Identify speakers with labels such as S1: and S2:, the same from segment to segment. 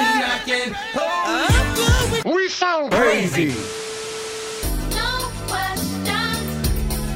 S1: going up.
S2: We sound crazy.
S3: No questions,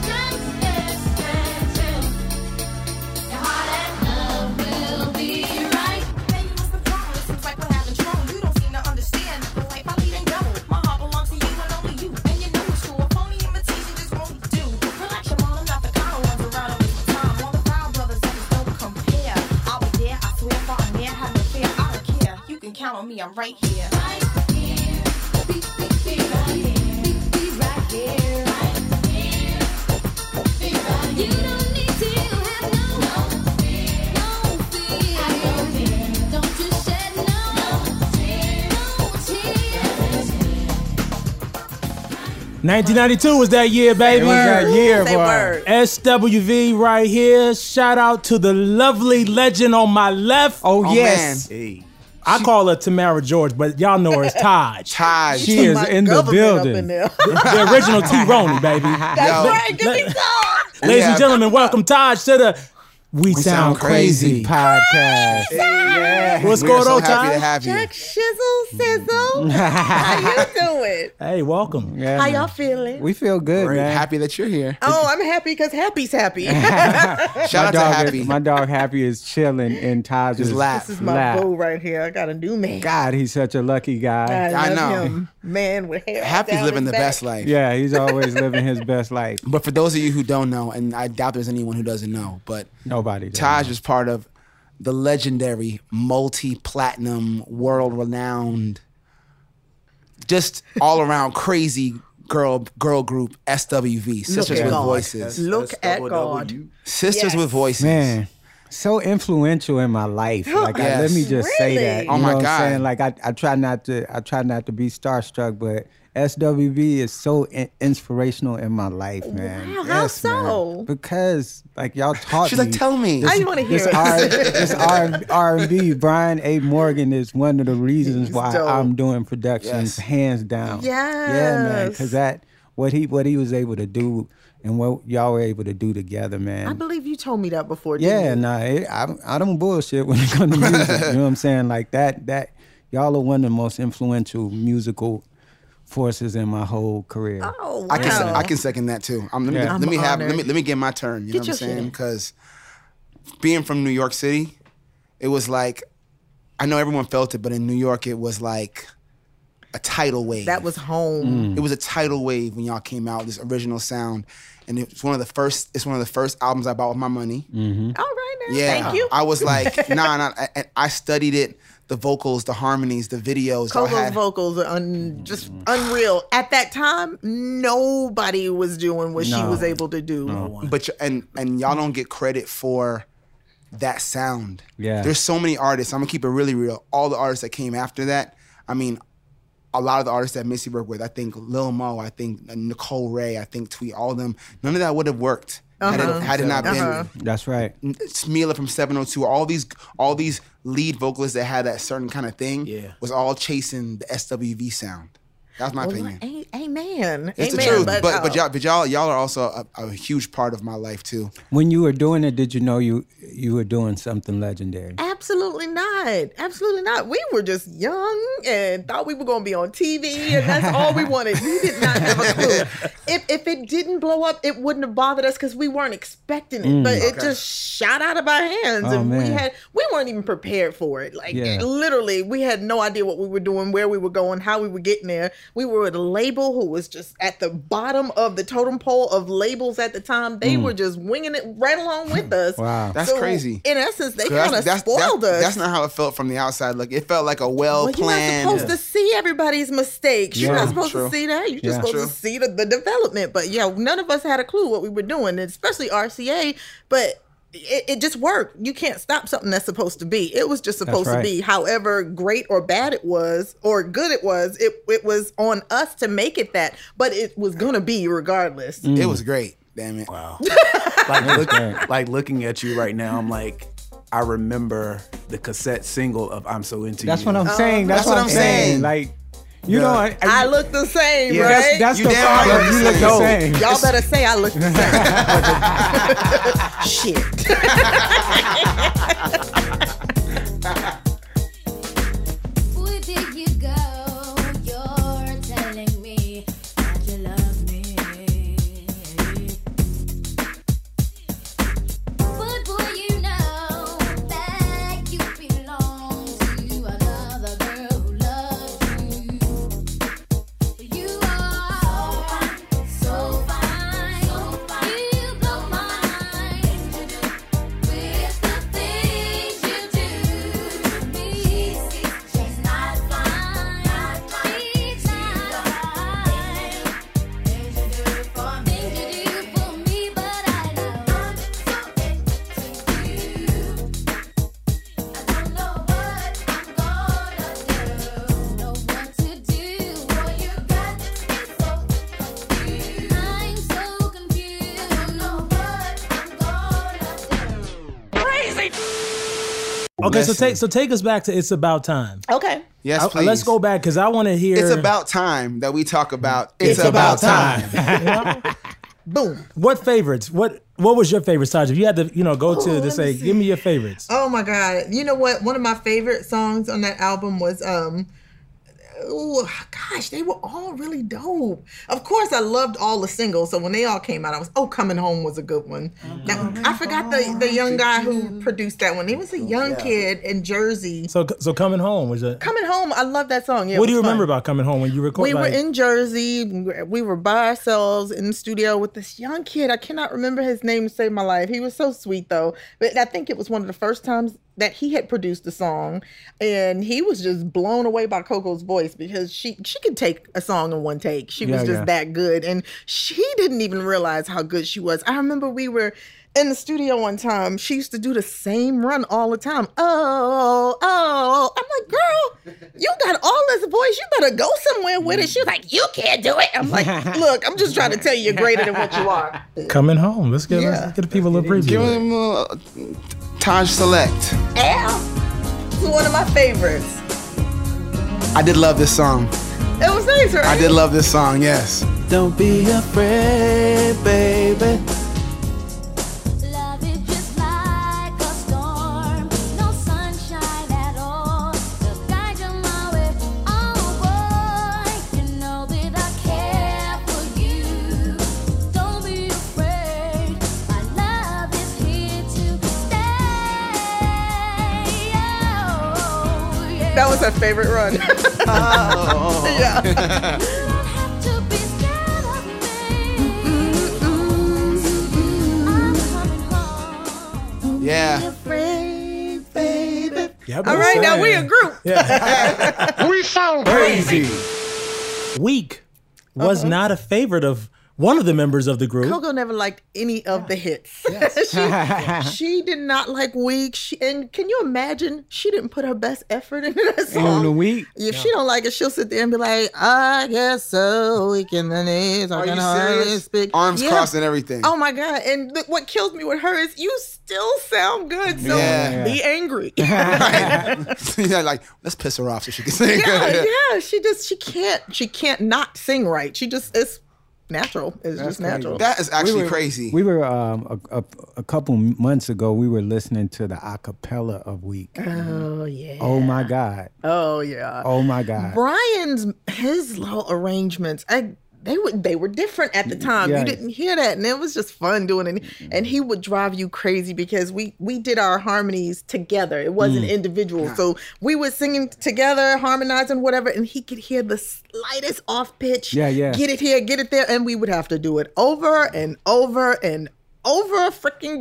S3: just listen to your heart and love will be right.
S4: Baby, what's the problem? It seems like we're having trouble. You don't seem to understand. But like my lead ain't double. My heart belongs to you and only you. And you know it's true. A phony imitation just won't do. Relax, your mom. I'm not the kind of ones around all the time. All the foul brothers that just don't compare. I was there. I swear, far and near. Have no fear. I don't care. You can count on me. I'm right here.
S3: Right here, be, be, be right here, be, be right here, right here, be right here. You don't need to have no, no fear, no fear. I don't fear. Don't you shed no, no tear, no tear.
S5: 1992 was that year, baby.
S1: It was that year,
S6: Say
S1: boy.
S6: word.
S5: SWV right here. Shout out to the lovely legend on my left.
S1: Oh,
S6: Oh,
S1: yes.
S2: Hey.
S5: I call her Tamara George, but y'all know her as Taj.
S2: Taj.
S5: She is
S6: My
S5: in the
S6: government up
S5: building.
S6: in there.
S5: the, the original T Roney, baby.
S6: That's
S2: Yo.
S6: right. Give me some.
S5: Ladies and
S2: have-
S5: gentlemen, welcome Taj to the We, Sound,
S2: Sound Crazy
S5: Crazy, podcast.
S2: Yeah.
S5: What's
S2: We
S5: going
S2: are so
S5: on,
S2: happy
S5: Ty?
S2: to have you.
S6: Jack Shizzle Sizzle. How you doing?
S5: Hey, welcome.
S1: Yeah,
S6: How
S1: man.
S6: y'all feeling?
S1: We feel good,
S2: Great.
S1: man.
S2: Happy that you're here.
S6: Oh, I'm happy because happy's happy.
S2: Shout out to
S1: dog
S2: Happy.
S1: Is, my dog Happy is chilling in Taj's
S2: His lap.
S6: this is my
S1: lap.
S6: boo right here. I got a new man.
S1: God, he's such a lucky guy.
S6: I,
S2: I
S6: love
S2: know.
S6: him. Man with hair. all
S2: Happy's
S6: down
S2: living the
S6: his back.
S2: best life.
S1: Yeah, he's always living his best life.
S2: But for those of you who don't know, and I doubt there's anyone who doesn't know, but
S1: Nobody. does.
S2: Taj was part of the legendary, multi-platinum, world-renowned, just all-around crazy girl girl group SWV, Sisters
S6: at
S2: with
S6: God.
S2: Voices.
S6: Look at God.
S2: Sisters
S6: Yes.
S2: with Voices.
S1: Man, so influential in my life. Like, I-
S2: Yes.
S1: let me just say that.
S6: Really?
S2: Oh
S1: You
S2: my
S1: know what I'm
S2: God.
S1: saying? Like, I, I try not to. I try not to be starstruck, but SWV is so in- inspirational in my life, man.
S6: Wow, how
S1: man.
S6: so?
S1: Because like y'all taught
S2: She's
S1: me.
S2: like, tell me.
S6: I just want to hear
S1: This
S6: it.
S1: R, this R, R&B, Brian A. Morgan is one of the reasons
S6: He's
S1: why
S6: dope.
S1: I'm doing
S2: Yes.
S1: productions hands down. yeah, man, because
S6: Yes.
S1: that what he what he was able to do and what y'all were able to do together, man.
S6: I believe you told me that before. didn't
S1: Yeah,
S6: you?
S1: nah, it, I, don't- I don't bullshit when it comes to music. you know what I'm saying? Like that, that y'all are one of the most influential musical forces in my whole career.
S6: Oh, wow.
S2: I can se- I can second that too. Um, let me
S1: Yeah.
S2: let me
S6: I'm
S2: have let
S6: honored.
S2: me let me get my turn. You know what I'm
S6: your
S2: saying?
S6: shit.
S2: Because being from New York City, it was like I know everyone felt it, but in New York, it was like a tidal wave.
S6: that was home.
S2: it was a tidal wave when y'all came out this original sound, and it's one of the first. It's one of the first albums I bought with my money.
S6: All right now.
S2: Yeah,
S6: Thank you.
S2: I was like, nah, nah. I, I- I studied it, the vocals, the harmonies, the videos. I
S6: Coco's
S2: had-
S6: vocals are un, just unreal. At that time, nobody was doing what she
S1: No.
S6: was able to do.
S2: but y- and and y'all don't get credit for that sound.
S1: Yeah.
S2: There's so many artists. I'm gonna keep it really real. All the artists that came after that. I mean, a lot of the artists that Missy worked with. I think Lil Mo. I think Nicole Ray. I think Tweet. All of them. None of that would have worked had, it, had it not
S6: Uh-huh.
S1: That's right.
S2: been Smila from 702. All these all these lead vocalists that had that certain kind of thing.
S1: Yeah.
S2: Was all chasing the SWV sound. That's my
S6: Well,
S2: opinion.
S6: a- amen.
S2: It's
S6: amen.
S2: the truth. But but,
S6: uh,
S2: y'all but y'all y'all are also a, a huge part of my life too.
S1: When you were doing it, did you know you you were doing something legendary?
S6: Absolutely not. Absolutely not. We were just young and thought we were going to be on TV, and that's all we wanted. We did not have a clue. If, if it didn't blow up, it wouldn't have bothered us because we weren't expecting it. but it just shot out of our hands,
S1: Mm. Oh,
S6: and we
S1: man.
S6: had we weren't even prepared for it. Like
S1: Yeah.
S6: literally, we had no idea what we were doing, where we were going, how we were getting there. We were at a label who was just at the bottom of the totem pole of labels at the time. They were just winging it right along with us.
S1: Mm. Wow.
S2: That's crazy.
S6: In essence, they
S2: That's-
S6: kind of
S2: that's-
S6: spoiled
S2: that's-
S6: us.
S2: That's not how it felt from the outside. Look, it felt like a well,
S6: well, you're
S2: planned.
S6: not supposed to see everybody's mistakes. You're
S1: Yeah,
S6: not supposed
S2: true.
S6: to see that. You're just
S1: Yeah.
S6: supposed
S2: True.
S6: to see the, the development. But yeah, none of us had a clue what we were doing, and especially RCA. But it, it just worked. You can't stop something that's supposed to be. It was just supposed
S1: right.
S6: to be. However great or bad it was, or good it was, it it was on us to make it that. But it was gonna be regardless.
S1: Mm.
S2: It was great. Damn it.
S7: Wow. like, look, like looking at you right now, I'm like, I remember the cassette single of "I'm So Into
S1: That's
S7: You."
S1: what I'm
S2: Oh,
S1: saying. That's, what I'm saying. Like, you know, I,
S6: I look the same,
S1: yeah, that's,
S6: right?
S1: that's
S2: You
S1: the
S2: damn right
S1: problem.
S2: look
S1: You
S2: the
S1: look the
S2: same.
S1: same.
S6: Y'all better say I look the same. Shit.
S3: Boy, did you
S5: Okay, so
S2: Listen.
S5: take so take us back to "It's About Time."
S6: Okay.
S2: Yes,
S5: I-
S2: please.
S5: let's go back because I want to hear.
S2: It's about time that we talk about. It's,
S6: about
S2: Boom.
S5: what favorites. What what was your favorite, Taj? If you had to, you know, go to
S6: let
S5: to
S6: me
S5: say,
S6: see.
S5: give me your favorites.
S6: Oh my god! You know what? One of my favorite songs on that album was um. Oh gosh, they were all really dope. Of course, I loved all the singles. So when they all came out, I was oh, "Coming Home" was a good one. Now, I forgot the the young guy who produced that one. He was a young kid in Jersey.
S5: So so coming home was a.
S6: "Coming Home," I love that song. Yeah, it
S5: What do you
S6: was fun.
S5: remember about coming home when you record?
S6: We were
S5: like-
S6: in Jersey. We were by ourselves in the studio with this young kid. I cannot remember his name to save my life. He was so sweet though. But I think it was one of the first times that he had produced a song, and he was just blown away by Coco's voice because she she could take a song in one take. She was
S1: Yeah,
S6: just
S1: yeah.
S6: that good, and she didn't even realize how good she was. I remember we were. In the studio one time, she used to do the same run all the time. Oh, oh. I'm like, girl, you got all this voice. You better go somewhere with it. She's like, you can't do it. I'm like, look, I'm just trying to tell you you're greater than what you are.
S5: coming home. Let's get
S6: Yeah.
S5: let's get the people a preview.
S2: Give him a uh, Taj Select.
S6: Ow. It's one of my favorites.
S2: I did love this song.
S6: It was nice, right?
S2: I did love this song. Yes.
S7: Don't be afraid, baby.
S3: Love is just like a storm, no sunshine at all. To guide you my way, oh boy, you know that I care for you. Don't be afraid, my love is here to stay. Oh, yeah.
S6: That was her favorite run. yeah.
S3: You don't have to be scared of me. I'm coming home.
S2: Yeah.
S5: Yeah, but
S6: All right, now we
S5: saying,
S6: a group.
S2: Crazy.
S5: Weak was
S6: Uh-huh.
S5: not a favorite of one of the members of the group.
S6: Coco never liked any of the hits. she, she did not like Weak. She, and can you imagine? She didn't put her best effort into that song.
S1: On the week.
S6: If she don't like it, she'll sit there and be like, "I guess so." We can the knees, I
S2: Are
S6: can
S2: you
S6: hardly
S2: serious?
S6: speak.
S2: Arms
S6: Yeah.
S2: crossed and everything.
S6: Oh my god! And th- what kills me with her is you still sound good. So
S2: Yeah.
S6: be angry. yeah,
S2: yeah, like let's piss her off so she can sing.
S6: yeah. She just she can't she can't not sing right. She just it's natural. It's just natural.
S2: That is actually crazy.
S1: We were um, a, a, a couple months ago. We were listening to the acapella of week.
S2: Ah.
S6: oh yeah.
S1: Oh my god!
S2: Uh,
S6: Oh yeah.
S1: Oh my god!
S6: Brian's his little arrangements, I they were they were different at the time.
S1: Yeah. Mm-hmm.
S6: You didn't hear that, and it was just fun doing it. And he would drive you crazy because we we did our harmonies together. It wasn't
S1: Mm.
S6: individual, so we were singing together, harmonizing whatever, and he could hear the slightest off pitch.
S1: Yeah, yeah.
S6: Get it here, get it there, and we would have to do it over and over and. Over freaking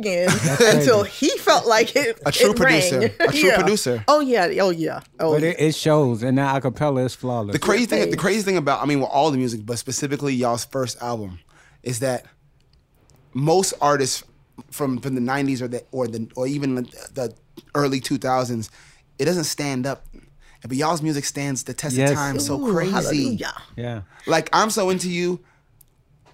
S6: again until he felt like it.
S2: A true
S6: it rang.
S2: producer. A true
S6: Yeah.
S2: producer.
S6: Oh yeah. Oh yeah. Oh
S1: But
S6: yeah.
S1: it, it shows, and that acapella is flawless.
S2: the crazy thing, the crazy thing about, I mean, well, all the music, but specifically y'all's first album, is that most artists from from the '90s or the or the or even the, the early 2000s, it doesn't stand up. But y'all's music stands the test
S1: Yes.
S2: of time so
S6: Ooh,
S2: crazy.
S6: Hallelujah.
S1: yeah.
S2: Like I'm so into you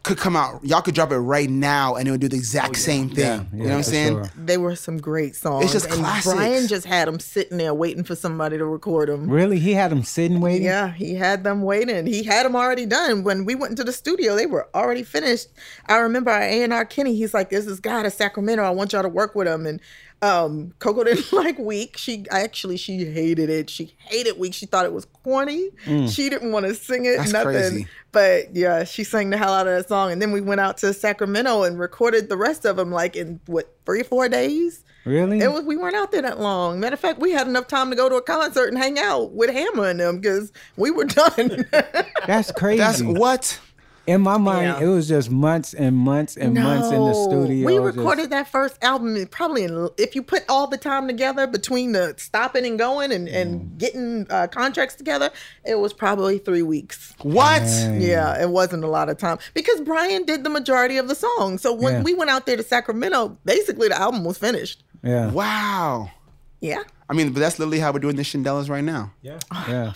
S2: could come out. Y'all could drop it right now and it would do the
S1: Oh,
S2: exact same thing. you know what I'm
S1: for
S2: saying?
S1: sure.
S6: They were some great songs.
S2: It's just
S6: and
S2: classics.
S6: Brian just had them sitting there waiting for somebody to record them.
S1: Really, he had him sitting waiting.
S6: Yeah, he had them waiting. He had them already done. When we went into the studio, they were already finished. I remember our A&R Kenny, he's like, there's this guy out of Sacramento. I want y'all to work with him. And um, Coco didn't like Week. She actually, she hated it. She hated Week. She thought it was corny. She didn't want to sing it,
S2: Mm. That's
S6: nothing.
S2: crazy.
S6: But yeah, she sang the hell out of that song. And then we went out to Sacramento and recorded the rest of them like in, what, three or four days?
S1: Really?
S6: It was we weren't out there that long. Matter of fact, we had enough time to go to a concert and hang out with Hammer and them because we were done.
S1: That's crazy.
S2: That's what.
S1: In my mind, it
S6: Yeah.
S1: was just months and months and months in the studio.
S6: We
S1: just-
S6: recorded that first album in probably in, if you put all the time together between the stopping and going and,
S1: Mm.
S6: and getting uh, contracts together, it was probably three weeks.
S2: What?
S6: Yeah, it wasn't a lot of time because Brian did the majority of the songs. So when
S1: Yeah.
S6: we went out there to Sacramento, basically the album was finished.
S1: Yeah.
S2: Wow.
S6: Yeah,
S2: I mean, but that's literally how we're doing the Shindellas right now.
S1: Yeah.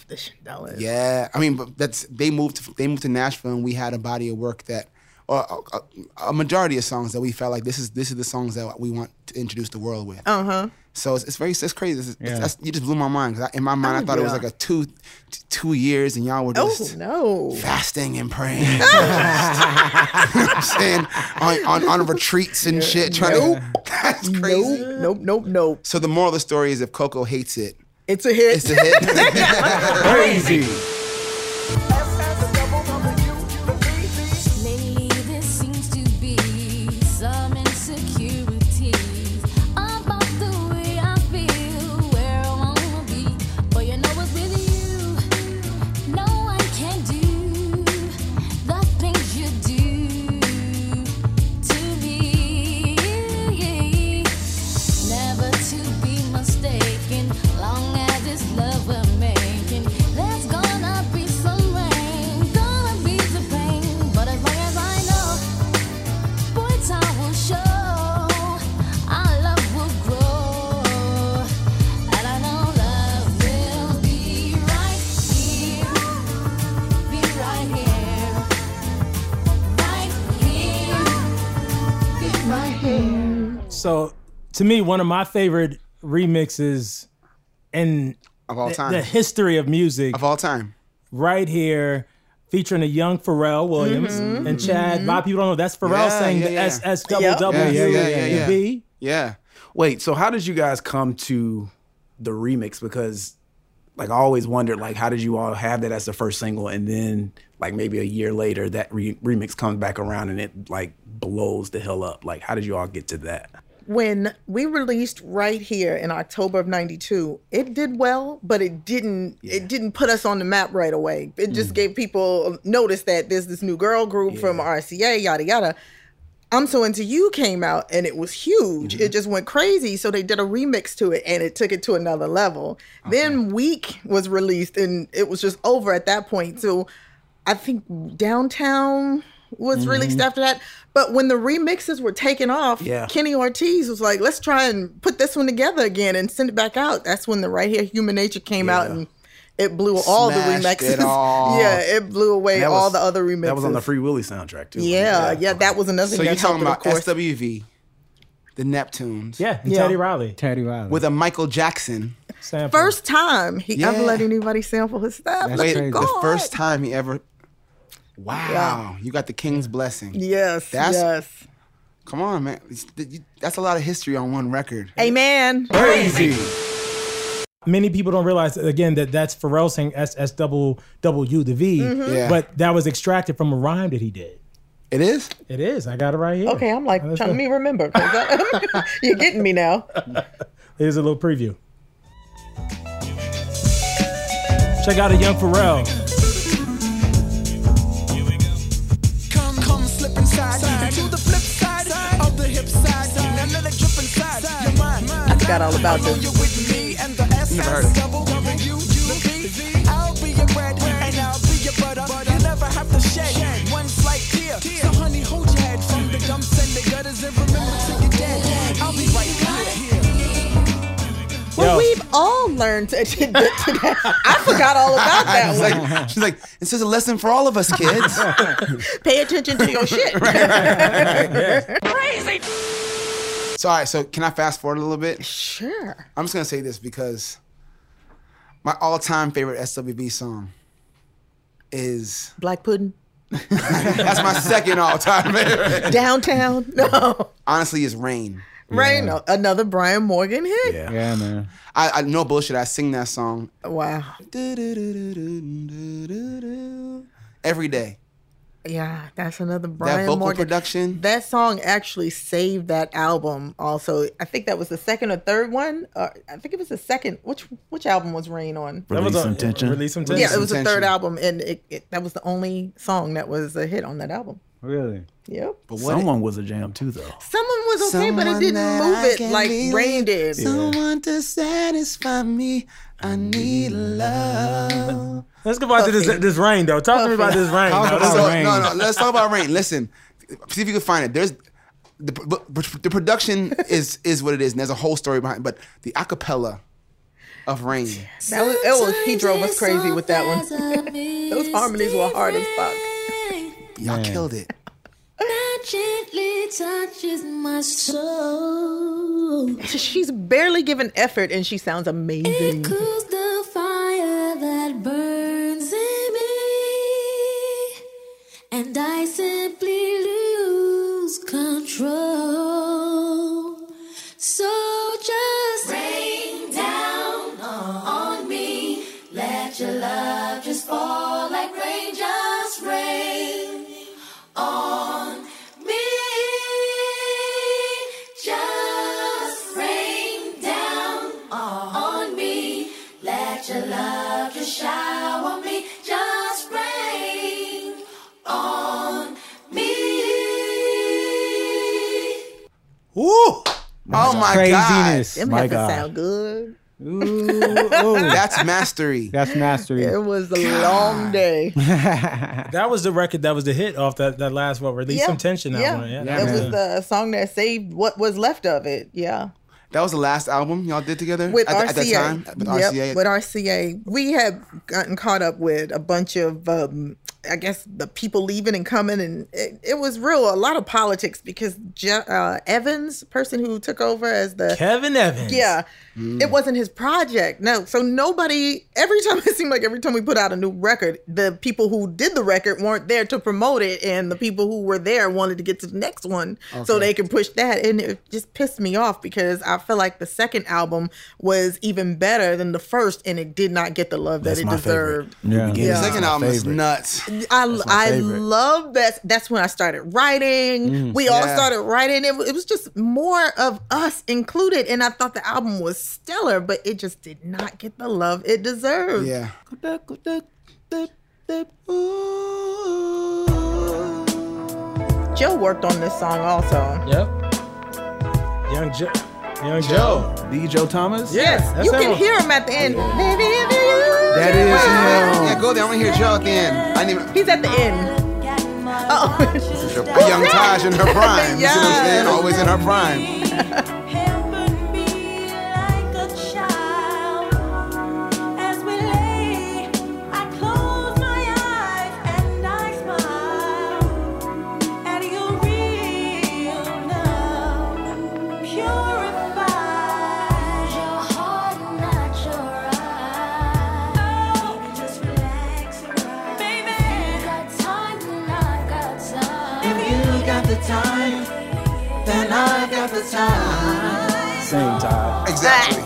S6: the Shindellas.
S2: Yeah, I mean, but that's they moved. To, they moved to Nashville, and we had a body of work that or a, a majority of songs that we felt like this is this is the songs that we want to introduce the world with. Uh
S6: Uh-huh.
S2: huh. So it's, it's very it's crazy. It's, it's-
S1: Yeah.
S2: that's- you just blew my mind 'cause I, in my mind I thought it was
S6: Oh, yeah.
S2: like a two t- two years and y'all were
S6: Oh
S2: just
S6: no.
S2: fasting and praying. you know what I'm saying on, on on retreats and shit. Trying to, that's crazy.
S6: Nope, nope, nope, nope.
S2: So the moral of the story is if Coco hates it,
S6: It's a hit.
S2: it's a hit.
S7: Crazy.
S3: Lately, there seems to be some insecurities about the way I feel, where I wanna be. But you know it's with you, no one can do the things you do to me. Never to be mistaken, long as it's love we're making. There's gonna be some rain, gonna be the pain, but as long as I know, boy, time will show. Our love will grow, and I know love will be right here, be right here, right here, be right here.
S5: So to me, one of my favorite remixes in
S2: of all time.
S5: the history of music
S2: of all time.
S5: right here featuring a young Pharrell Williams and Chad. A lot of people don't know that's Pharrell
S2: Mm-hmm. Yeah,
S5: saying
S2: yeah,
S5: the
S2: yeah.
S5: SS
S6: Yeah.
S5: double double
S2: Yeah, yeah, yeah, yeah, yeah.
S5: B.
S2: Yeah.
S7: Wait, so how did you guys come to the remix? Because like I always wondered, like how did you all have that as the first single, and then like maybe a year later that re- remix comes back around and it like blows the hell up. Like how did you all get to that?
S6: when we released right here in October of 92 it did well but it didn't it didn't put us on the map right away it just gave people notice that there's this new girl group from RCA yada yada I'm so into you came out and it was huge it just went crazy so they did a remix to it and it took it to another level then week was released and it was just over at that point so I think downtown was released after that. But when the remixes were taken off,
S7: Yeah.
S6: Kenny Ortiz was like, let's try and put this one together again and send it back out. That's when the Right Here Human Nature came out
S7: Yeah.
S6: and it blew all the
S2: Smashed
S6: remixes.
S2: it all.
S6: yeah, it blew away
S7: That
S6: all
S7: was-
S6: the other remixes.
S7: That was on the Free Willy soundtrack too.
S6: Yeah, yeah, that was another
S2: So
S6: thing.
S2: you're
S6: that
S2: talking about
S6: helped it, of course.
S2: SWV, the Neptunes.
S5: Yeah, and
S6: Yeah.
S5: Teddy Riley.
S1: Teddy Riley.
S2: With a Michael Jackson.
S5: sample.
S6: First time he ever
S2: Yeah.
S6: let anybody sample his stuff.
S1: That's
S6: Look
S2: Wait,
S6: at
S1: crazy.
S2: the
S6: God.
S2: first time he ever. Wow. You got the king's blessing.
S6: Yes,
S2: That's-
S6: yes.
S2: Come on, man. It's- th- you- That's a lot of history on one record.
S6: Amen.
S2: Crazy.
S5: Many people don't realize again that that's Pharrell saying SS double double U to V,
S2: Yeah.
S5: but that was extracted from a rhyme that he did.
S2: It is?
S5: It is. I got it right here.
S6: Okay, I'm like trying to me remember. 'cause I- you're getting me now.
S5: Here's a little preview. Check out a young Pharrell.
S8: Come, come, slip inside. To the flip side, of the hip side. Now let it drip inside your mind. I
S6: forgot all about this.
S8: You're with me and the S
S2: Never heard of it.
S8: double W U V. I'll be your bread and I'll be your butter. You never have to shed one slight tear. So honey, hold your head from the dumps and the gutters and remember till you're dead. I'll be right here.
S5: Yo.
S6: Well, we've all learned to, to get to that. I forgot all about that
S2: She's
S6: one.
S2: like, she's like, this is a lesson for all of us kids.
S6: Pay attention to your shit.
S2: so, all right, so can I fast forward a little bit?
S6: Sure.
S2: I'm just gonna say this because my all-time favorite SWB song is
S6: Black pudding.
S2: that's my second all-time favorite.
S6: Downtown. No.
S2: Honestly, is Rain.
S6: Rain. no. Another Brian Morgan hit.
S7: Yeah.
S1: yeah, man.
S2: I, I no bullshit. I sing that song
S6: Wow.
S2: every day.
S6: Yeah, that's another
S2: That
S6: Brian
S2: vocal
S6: Morgan.
S2: production.
S6: That song actually saved that album. Also, I think that was the second or third one. Uh, I think it was the second. Which which album was Rain on?
S5: That was
S7: Release
S5: a-
S7: some tension.
S5: Release some tension.
S6: Yeah, it was the
S2: Intention.
S6: third album, and it, it, that was the only song that was a hit on that album.
S1: Really.
S6: Yep.
S2: But what?
S7: Someone was a jam too though.
S6: Someone was okay, but it
S2: Someone
S6: didn't
S2: that
S6: move
S2: I
S6: it
S2: can
S6: like
S2: be
S6: Rain
S2: with.
S6: did.
S2: Someone to satisfy me. I need love.
S5: Let's go back to this this rain though. Talk to me about this rain.
S2: How
S5: though.
S2: about-
S5: This
S2: so-
S5: rain.
S2: No, no, let's talk about rain. Listen, see if you can find it. There's the, pr- pr- the production is is what it is, and there's a whole story behind. it, But the acapella of rain,
S6: That was, it was he drove us crazy with that one. Those harmonies were hard as fuck.
S2: y'all killed it.
S3: gently touches my soul.
S6: She's barely given effort and she sounds
S3: It
S6: amazing.
S3: cools the fire that burns in me, and I simply lose control. So just rain down on me. Let your love just fall like rain, just rain on me. Just rain down on me. Let your love just shower me. Just rain on me.
S5: Ooh.
S2: Oh my
S1: Craziness.
S6: Them
S1: My
S6: have to
S1: God.
S6: sound good.
S2: god, that's mastery.
S1: That's mastery.
S6: It was a long day.
S5: That was the record that was the hit off that, that last one, Release Some Tension
S6: yeah.
S5: album. Yeah.
S6: That was the song that saved what was left of it. Yeah.
S2: That was the last album y'all did together
S6: with
S2: at,
S6: RCA.
S2: at that time with
S6: Yep,
S2: RCA.
S6: with RCA. We had gotten caught up with a bunch of, um, I guess, the people leaving and coming, and it, it was real a lot of politics because Je- uh, Evans, person who took over as the
S5: Kevin Evans.
S6: yeah,
S7: Mm.
S6: it wasn't his project. No, so nobody. Every time it seemed like every time we put out a new record, the people who did the record weren't there to promote it, and the people who were there wanted to get to the next one so they could push that. And it just pissed me off because I feel like the second album was even better than the first, and it did not get the love
S7: That's
S6: that it
S7: my
S6: deserved.
S7: favorite.
S1: Yeah.
S7: Beginning
S2: the
S6: Yeah.
S7: is my
S2: second album is
S7: favorite.
S2: nuts.
S6: I
S7: my
S6: I
S7: favorite.
S6: love that. That's when I started writing. we all
S2: Yeah.
S6: started writing. It, it was just more of us included, and I thought the album was stellar, but it just did not get the love it deserved.
S2: Yeah.
S6: Joe worked on this song also.
S5: Yep. Young Joe. Young Joe.
S7: The Joe Thomas?
S5: Yeah, that's
S6: you
S5: that
S6: can
S5: one.
S6: hear him at the end. Maybe if you-
S7: That is him.
S2: Yeah, go there. I want to hear Joe at the end. I need
S6: He's at the end. Oh,
S2: young Taj in her prime. You see what I'm saying?
S6: Yeah.
S2: Always in her prime.
S7: Same time.
S2: Exactly.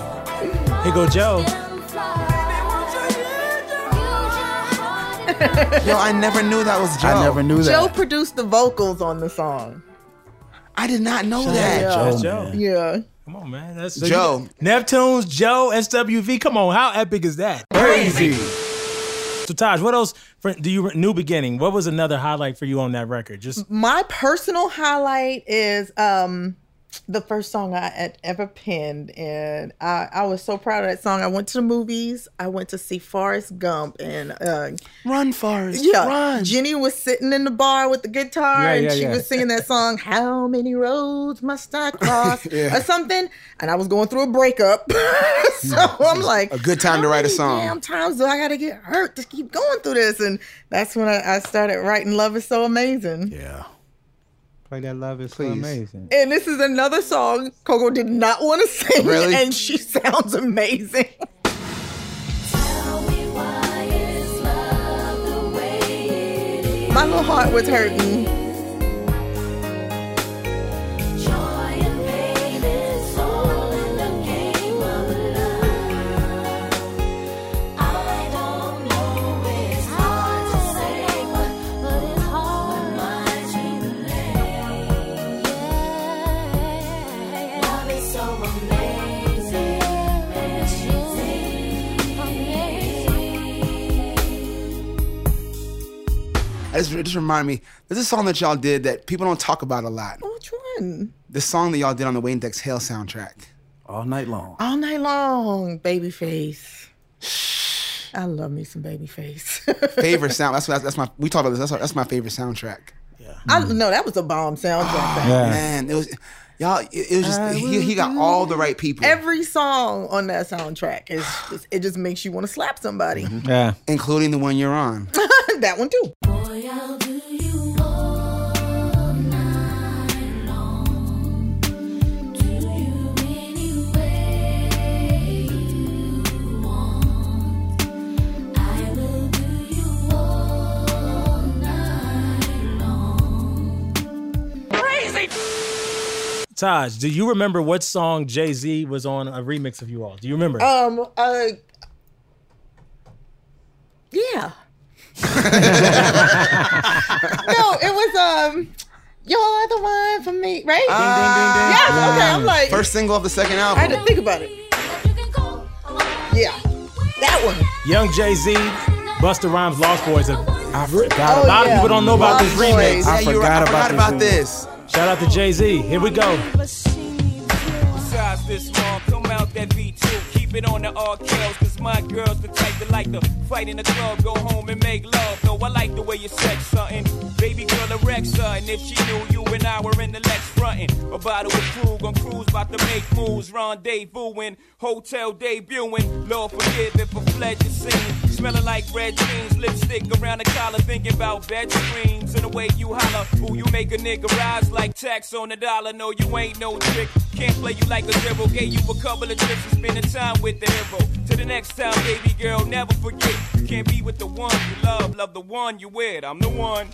S5: Here go Joe.
S2: Yo, I never knew that was Joe.
S7: I never knew that.
S6: Joe produced the vocals on the song.
S2: I did not know that.
S7: Joe,
S5: That's Joe.
S7: man.
S6: Yeah.
S5: Come on, man. That's
S2: Joe.
S5: Neptune's Joe SWV. Come on, how epic is that?
S7: Crazy.
S5: So Taj, what else for, do you New Beginning? What was another highlight for you on that record? Just
S6: my personal highlight is um the first song I had ever penned, and I, I was so proud of that song. I went to the movies. I went to see Forrest Gump, and uh,
S2: Run, Forrest.
S6: yeah,
S2: Run.
S6: Jenny was sitting in the bar with the guitar,
S1: Yeah,
S6: and
S1: yeah,
S6: she
S1: yeah.
S6: was singing that song, "How many roads must I cross?"
S2: Yeah.
S6: or something. And I was going through a breakup, so I'm like,
S2: Mm. A good time to
S6: how
S2: write a
S6: many
S2: song.
S6: Damn times do I got to get hurt to keep going through this? And that's when I, I started writing "Love Is So Amazing."
S7: Yeah.
S1: Play that love is so
S2: Please.
S1: amazing.
S6: And this is another song Coco did not want to sing,
S2: Really?
S6: and she sounds amazing. My little heart was hurting.
S2: I just, it just remind me, there's a song that y'all did that people don't talk about a lot.
S6: Which one?
S2: The song that y'all did on the Wayne Dex Hale soundtrack.
S7: All night long.
S6: All night long, babyface. I love me some babyface.
S2: Favorite sound. That's, that's, that's my. We talked about this. That's, that's my favorite soundtrack.
S6: I no, that was a bomb soundtrack.
S1: Yeah.
S2: Man, it was y'all. It, it was just he, he got all the right people,
S6: Every song on that soundtrack is just, it just makes you want to slap somebody.
S2: Mm-hmm.
S1: Yeah.
S2: including the one you're on.
S6: that one too.
S3: Boy, I'll do you all night.
S5: Taj, do you remember what song Jay Z was on a remix of you all? Do you remember?
S6: Um. Uh. Yeah. no, it was um. You're the one for me, right?
S5: Ah.
S6: yes. Okay. I'm like.
S2: First single of the second
S6: I
S2: album.
S6: had to think about it. Yeah. That one.
S5: Young Jay Z, Busta Rhymes, Lost Boys. A
S7: I forgot
S6: Oh,
S5: lot of
S6: yeah.
S5: people don't know about this
S6: Lost
S5: remix.
S6: Boys.
S2: Yeah,
S7: I
S2: you're
S7: forgot
S2: right. I
S7: about
S2: forgot
S7: this
S2: about
S7: one.
S2: this.
S5: Shout out to Jay Z. Here we go.
S9: Besides this mom, come out that V2. Keep it on the all kills, cause my girl's the type that like to fight in the club, go home and make love. No, I like the way you sex something. Baby girl erects her, and if she knew you and I were in the Lex frontin'. A bottle of crew, gon' cruise, bout to make moves, rendezvousing, hotel debuting. Lord forgive if I fled the scene. Smelling like red jeans, lipstick around the collar, thinking about bed dreams. And the way you holler, ooh, you make a nigga rise like tax on the dollar. No, you ain't no trick. Can't play you like a zero. Gave you a couple of tricks and spending time with the hero. Till the next time, baby girl, never forget. You can't be with the one you love, love the one you with. I'm the one.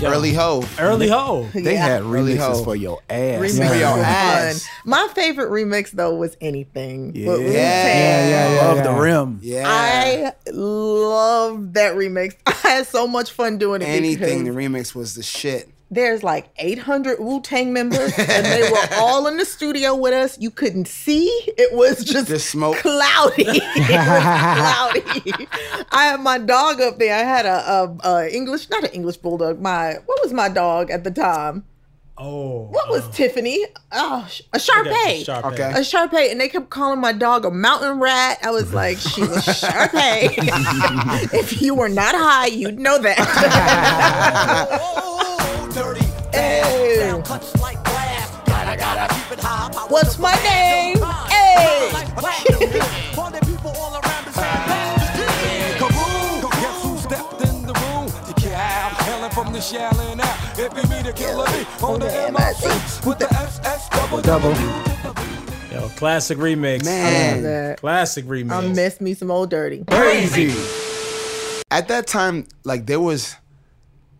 S5: Yo,
S2: Early Ho.
S5: Early ho.
S7: They had
S2: Really
S7: remixes
S2: hoe.
S7: for your ass.
S6: Remix
S2: For your
S6: was
S2: ass.
S6: fun. My favorite remix though was anything.
S7: Yeah.
S6: With Wu-Tang.
S2: Yeah, yeah,
S7: Above the
S1: yeah.
S7: rim.
S2: Yeah.
S6: I love that remix. I had so much fun doing it.
S2: Anything, the
S6: because
S2: remix was the shit.
S6: There's like 800 Wu Tang members, and they were all in the studio with us. You couldn't see. It was just,
S2: Just smoke.
S6: cloudy. it was cloudy. I had my dog up there. I had a, a, a English, not an English bulldog. My what was my dog at the time?
S5: Oh.
S6: What was Tiffany? Oh, sh- a Shar Pei
S2: Okay.
S6: a Sharpei, and they kept calling my dog a mountain rat. I was like, she was Sharpei. if you were not high, you'd know that.
S8: Oh, Dirty.
S6: Hey.
S8: Sound cuts like glass. Gotta, gotta keep it high. Power
S6: What's
S8: to
S6: my
S8: the
S6: name?
S8: man.
S6: Hey.
S8: Like platinum. All the people all around us saying, "That's the shit." Kaboom! Guess who stepped in the room? The cab, hailing from the shelling out. It be me, the killer bee, on the MIC with the SS double double.
S5: Yo, classic remix. Uh,
S2: Man.
S6: That-
S5: Classic remix.
S6: I miss me some old dirty.
S7: Crazy.
S2: At that time, like there was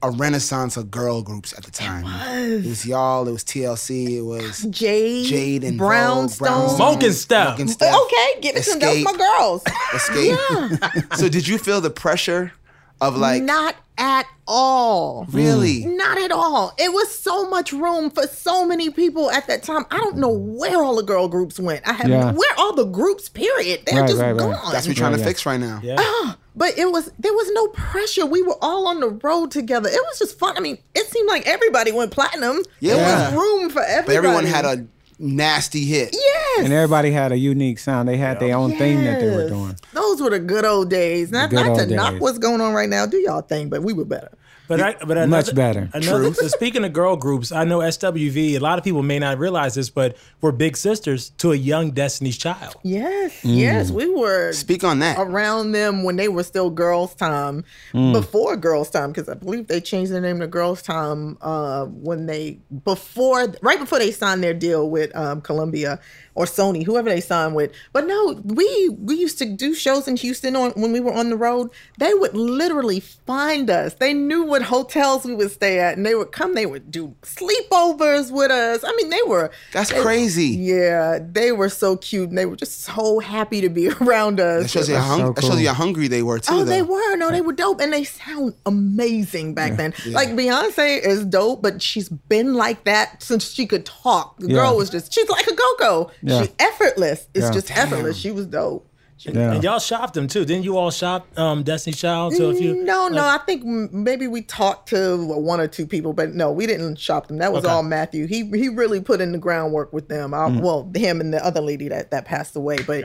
S2: a renaissance of girl groups at the time. It was, y'all, it was TLC, it was
S6: Jade,
S2: Jade and
S6: Brownstone. Oh,
S2: Vogue,
S5: Smoke and Step.
S2: Smoke and Step.
S6: Okay, get it to them. Those my
S2: Escape.
S6: girls.
S2: Escape. So did you feel the pressure of like
S6: Not at all.
S2: really?
S6: Not at all. It was so much room for so many people at that time. I don't know where all the girl groups went. I have
S1: Yeah.
S6: where all the groups. Period. They're
S1: Right,
S6: just
S1: right, right.
S6: gone.
S2: That's what we're trying
S1: Yeah,
S2: to
S1: yeah.
S2: fix right now.
S5: Yeah.
S6: But it was there was no pressure. We were all on the road together. It was just fun. I mean, it seemed like everybody went platinum.
S2: Yeah.
S6: There was room for everybody.
S2: But everyone had a nasty hit.
S6: yes.
S1: And everybody had a unique sound. They had their own thing that they were
S6: Yes.
S1: doing.
S6: Those were the good old days. Not,
S1: good
S6: not to
S1: old
S6: knock
S1: days.
S6: what's going on right now. Do y'all thing, but we were better.
S5: But I, but another,
S1: Much better.
S5: Another, so speaking of girl groups, I know SWV. A lot of people may not realize this, but we're big sisters to a young Destiny's Child.
S6: Yes,
S1: Mm.
S6: yes, we were
S2: Speak on that.
S6: around them when they were still Girls Time, before Girls Time, because I believe they changed the name to Girls Time uh, when they before right before they signed their deal with um, Columbia or Sony, whoever they signed with. But no, we we used to do shows in Houston on when we were on the road. They would literally find us. They knew what hotels we would stay at, and they would come. They would do sleepovers with us. I mean, they were
S2: That's crazy.
S6: yeah, they were so cute and they were just so happy to be around
S2: That
S6: us.
S2: shows you how hung-
S1: so
S2: that shows
S1: cool.
S2: you how hungry they were too.
S6: Oh,
S2: though.
S6: they were. No, they were dope. And they sound amazing back then. Like Beyonce is dope, but she's been like that since she could talk. The
S1: Yeah.
S6: girl was just, she's like a go-go.
S1: Yeah.
S6: She effortless. It's
S1: Yeah.
S6: just effortless. She was dope. She-
S5: And
S1: Yeah.
S5: y'all shopped them too, didn't you? All shop um, Destiny's Child. So if you
S6: no, no, I think m- maybe we talked to one or two people, but no, we didn't shop them. That was
S5: Okay.
S6: all Matthew. He he really put in the groundwork with them. I,
S1: Mm.
S6: Well, him and the other lady that that passed away, but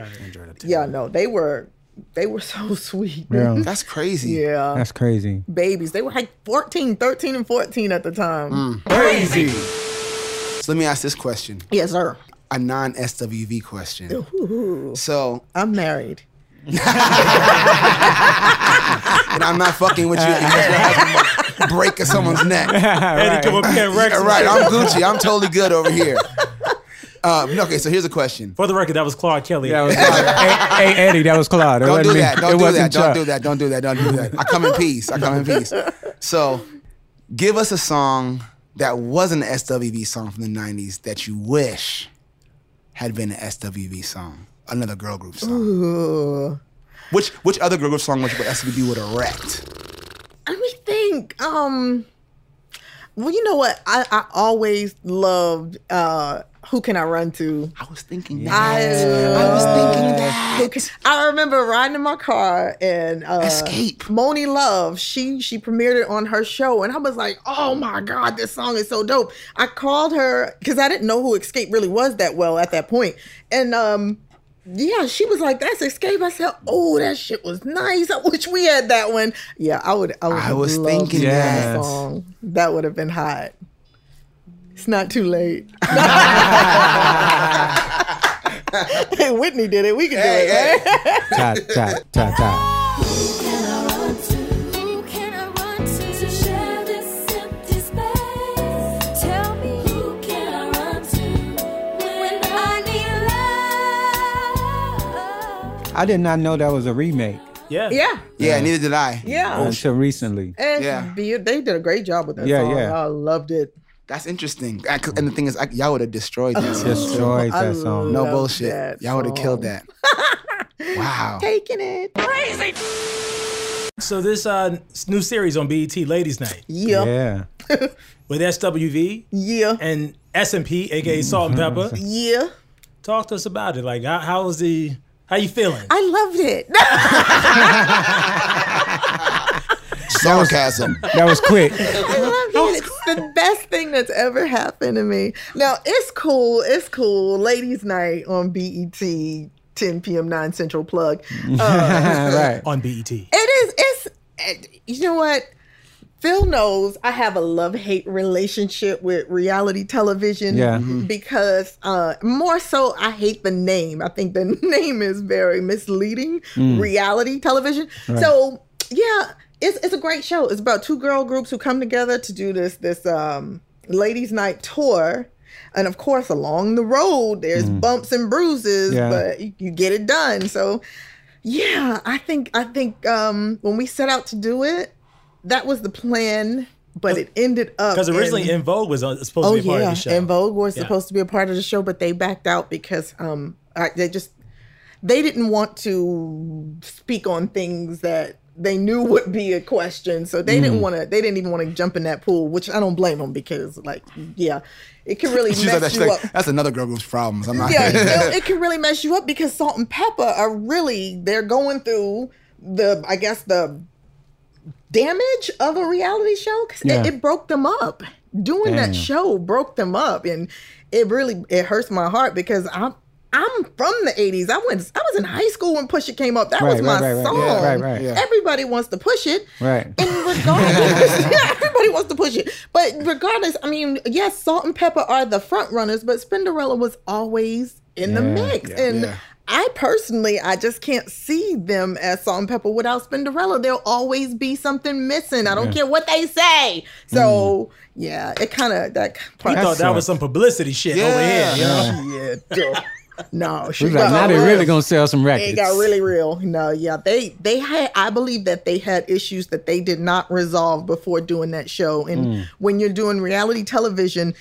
S6: yeah, no, they were they were so sweet.
S1: Yeah.
S2: That's crazy.
S6: Yeah.
S1: That's crazy.
S6: Babies. They were like 14, 13 and 14 at the time.
S7: Crazy.
S2: So let me ask this question,
S6: Yes, sir.
S2: a non-SWV question. So,
S6: I'm married.
S2: and I'm not fucking with you unless your husband break someone's neck.
S5: Eddie come up here and wreck
S2: All
S5: some
S2: right,
S5: shit.
S2: I'm Gucci. I'm totally good over here. Um, okay, so here's a question.
S5: For the record, that was Claude Kelly.
S1: That was Claude. hey, hey, Eddie, that was Claude. It
S2: Don't
S1: wasn't
S2: do
S1: me.
S2: that.
S1: it
S2: Don't do that.
S1: wasn't
S2: Don't
S1: Chuck.
S2: do that. Don't do that. Don't do that. I come in peace. I come in peace. So, give us a song that was an SWV song from the 90s that you wish had been an SWV song? Another girl group song. Which which other girl group song would you put SWV would have wrecked?
S6: Let me think. Um, well, you know what? I, I always loved uh, "Who Can I Run To."
S2: I was thinking that.
S6: I, uh,
S2: I was thinking
S6: Who
S2: that.
S6: can- I remember riding in my car and uh,
S2: Escape.
S6: Moni Love. She she premiered it on her show, and I was like, "Oh my god, this song is so dope!" I called her because I didn't know who Escape really was that well at that point, and um, yeah, she was like, "That's Escape." I said, "Oh, that shit was nice. I wish we had that one." Yeah, I would. I, would
S2: I
S6: have
S2: was
S6: loved
S2: thinking
S6: to have
S2: that.
S6: song. That would have been hot. It's not too late. hey, Whitney did it. We can do it. right?
S1: Top, top, top, top. I did not know that was a remake
S5: Yeah.
S6: Yeah.
S2: Yeah, neither did I.
S6: Yeah.
S1: until recently.
S6: And
S2: Yeah.
S6: be- they did a great job with that
S1: Yeah,
S6: song.
S1: yeah.
S6: I loved it.
S2: That's interesting. I c- And the thing is, I, y'all would have destroyed that. song.
S1: Destroyed
S6: I
S1: that song.
S2: No
S6: love
S2: bullshit.
S6: that
S2: Y'all would have killed
S6: song.
S2: that. wow.
S6: Taking it.
S5: So this uh, new series on BET, Ladies Night,
S6: Yeah.
S1: Yeah.
S5: with SWV
S6: Yeah. Yeah.
S5: and S&P, aka Salt and Pepper.
S1: Mm-hmm.
S6: yeah.
S5: Talk to us about it. Like, how, how was the? How you feeling?
S6: I loved it.
S2: Sarcasm.
S1: That was quick.
S6: I love it. It's the best thing that's ever happened to me. Now it's cool. It's cool. Ladies' night on E BET, 10 p.m. 9 Central plug. Um,
S1: right.
S5: on E BET.
S6: It is. It's. it- You know what? Phil knows I have a love hate relationship with reality television
S1: Yeah. Mhm.
S6: because uh, more so I hate the name. I think the name is very misleading.
S1: Mm.
S6: Reality television. So yeah, it's it's a great show. It's about two girl groups who come together to do this this um, ladies' night tour, and of course along the road there's bumps and bruises,
S1: Mm. Yeah.
S6: but you, you get it done. So yeah, I think I think um when we set out to do it, that was the plan, but it ended up
S5: Because originally,
S6: in,
S5: In Vogue was uh, supposed
S6: oh
S5: to be a part
S6: yeah,
S5: of the show.
S6: and Vogue was
S5: Yeah.
S6: supposed to be a part of the show, but they backed out because um I, they just they didn't want to speak on things that they knew would be a question, so they
S5: Mm.
S6: didn't want to. They didn't even want to jump in that pool, which I don't blame them because, like, yeah, it can really
S2: She's
S6: mess
S2: like, that- she's
S6: you
S2: like,
S6: up
S2: that's another girl group's problems. I'm not.
S6: yeah, you know, it can really mess you up because salt and pepper are really they're going through the I guess the damage of a reality show because
S1: Yeah.
S6: it, it broke them up. Doing
S1: Damn.
S6: that show broke them up, and it really it hurts my heart because I'm. I'm from the '80s. I went. I was in high school when Push It came up. That
S1: Right,
S6: was
S1: right,
S6: my
S1: right, right.
S6: song.
S1: Yeah, right, right. Yeah.
S6: Everybody wants to push it.
S1: Right.
S6: And regardless, yeah, everybody wants to push it. But regardless, I mean, yes, Salt and Pepper are the front runners, but Spinderella was always in the
S1: Yeah,
S6: mix.
S1: yeah,
S6: and
S2: yeah.
S6: I personally, I just can't see them as Salt and Pepper without Spinderella. There'll always be something missing. I don't care what they say. So yeah, it kind of that
S5: I
S6: part.
S5: thought that was some publicity shit over here.
S2: Yeah.
S5: you know?
S6: yeah, duh. no, she
S1: We was like,
S6: got
S1: now they
S6: real.
S1: really gonna sell some records.
S6: It got really real. No, yeah, they they had. I believe that they had issues that they did not resolve before doing that show. And
S1: Mm.
S6: when you're doing reality television,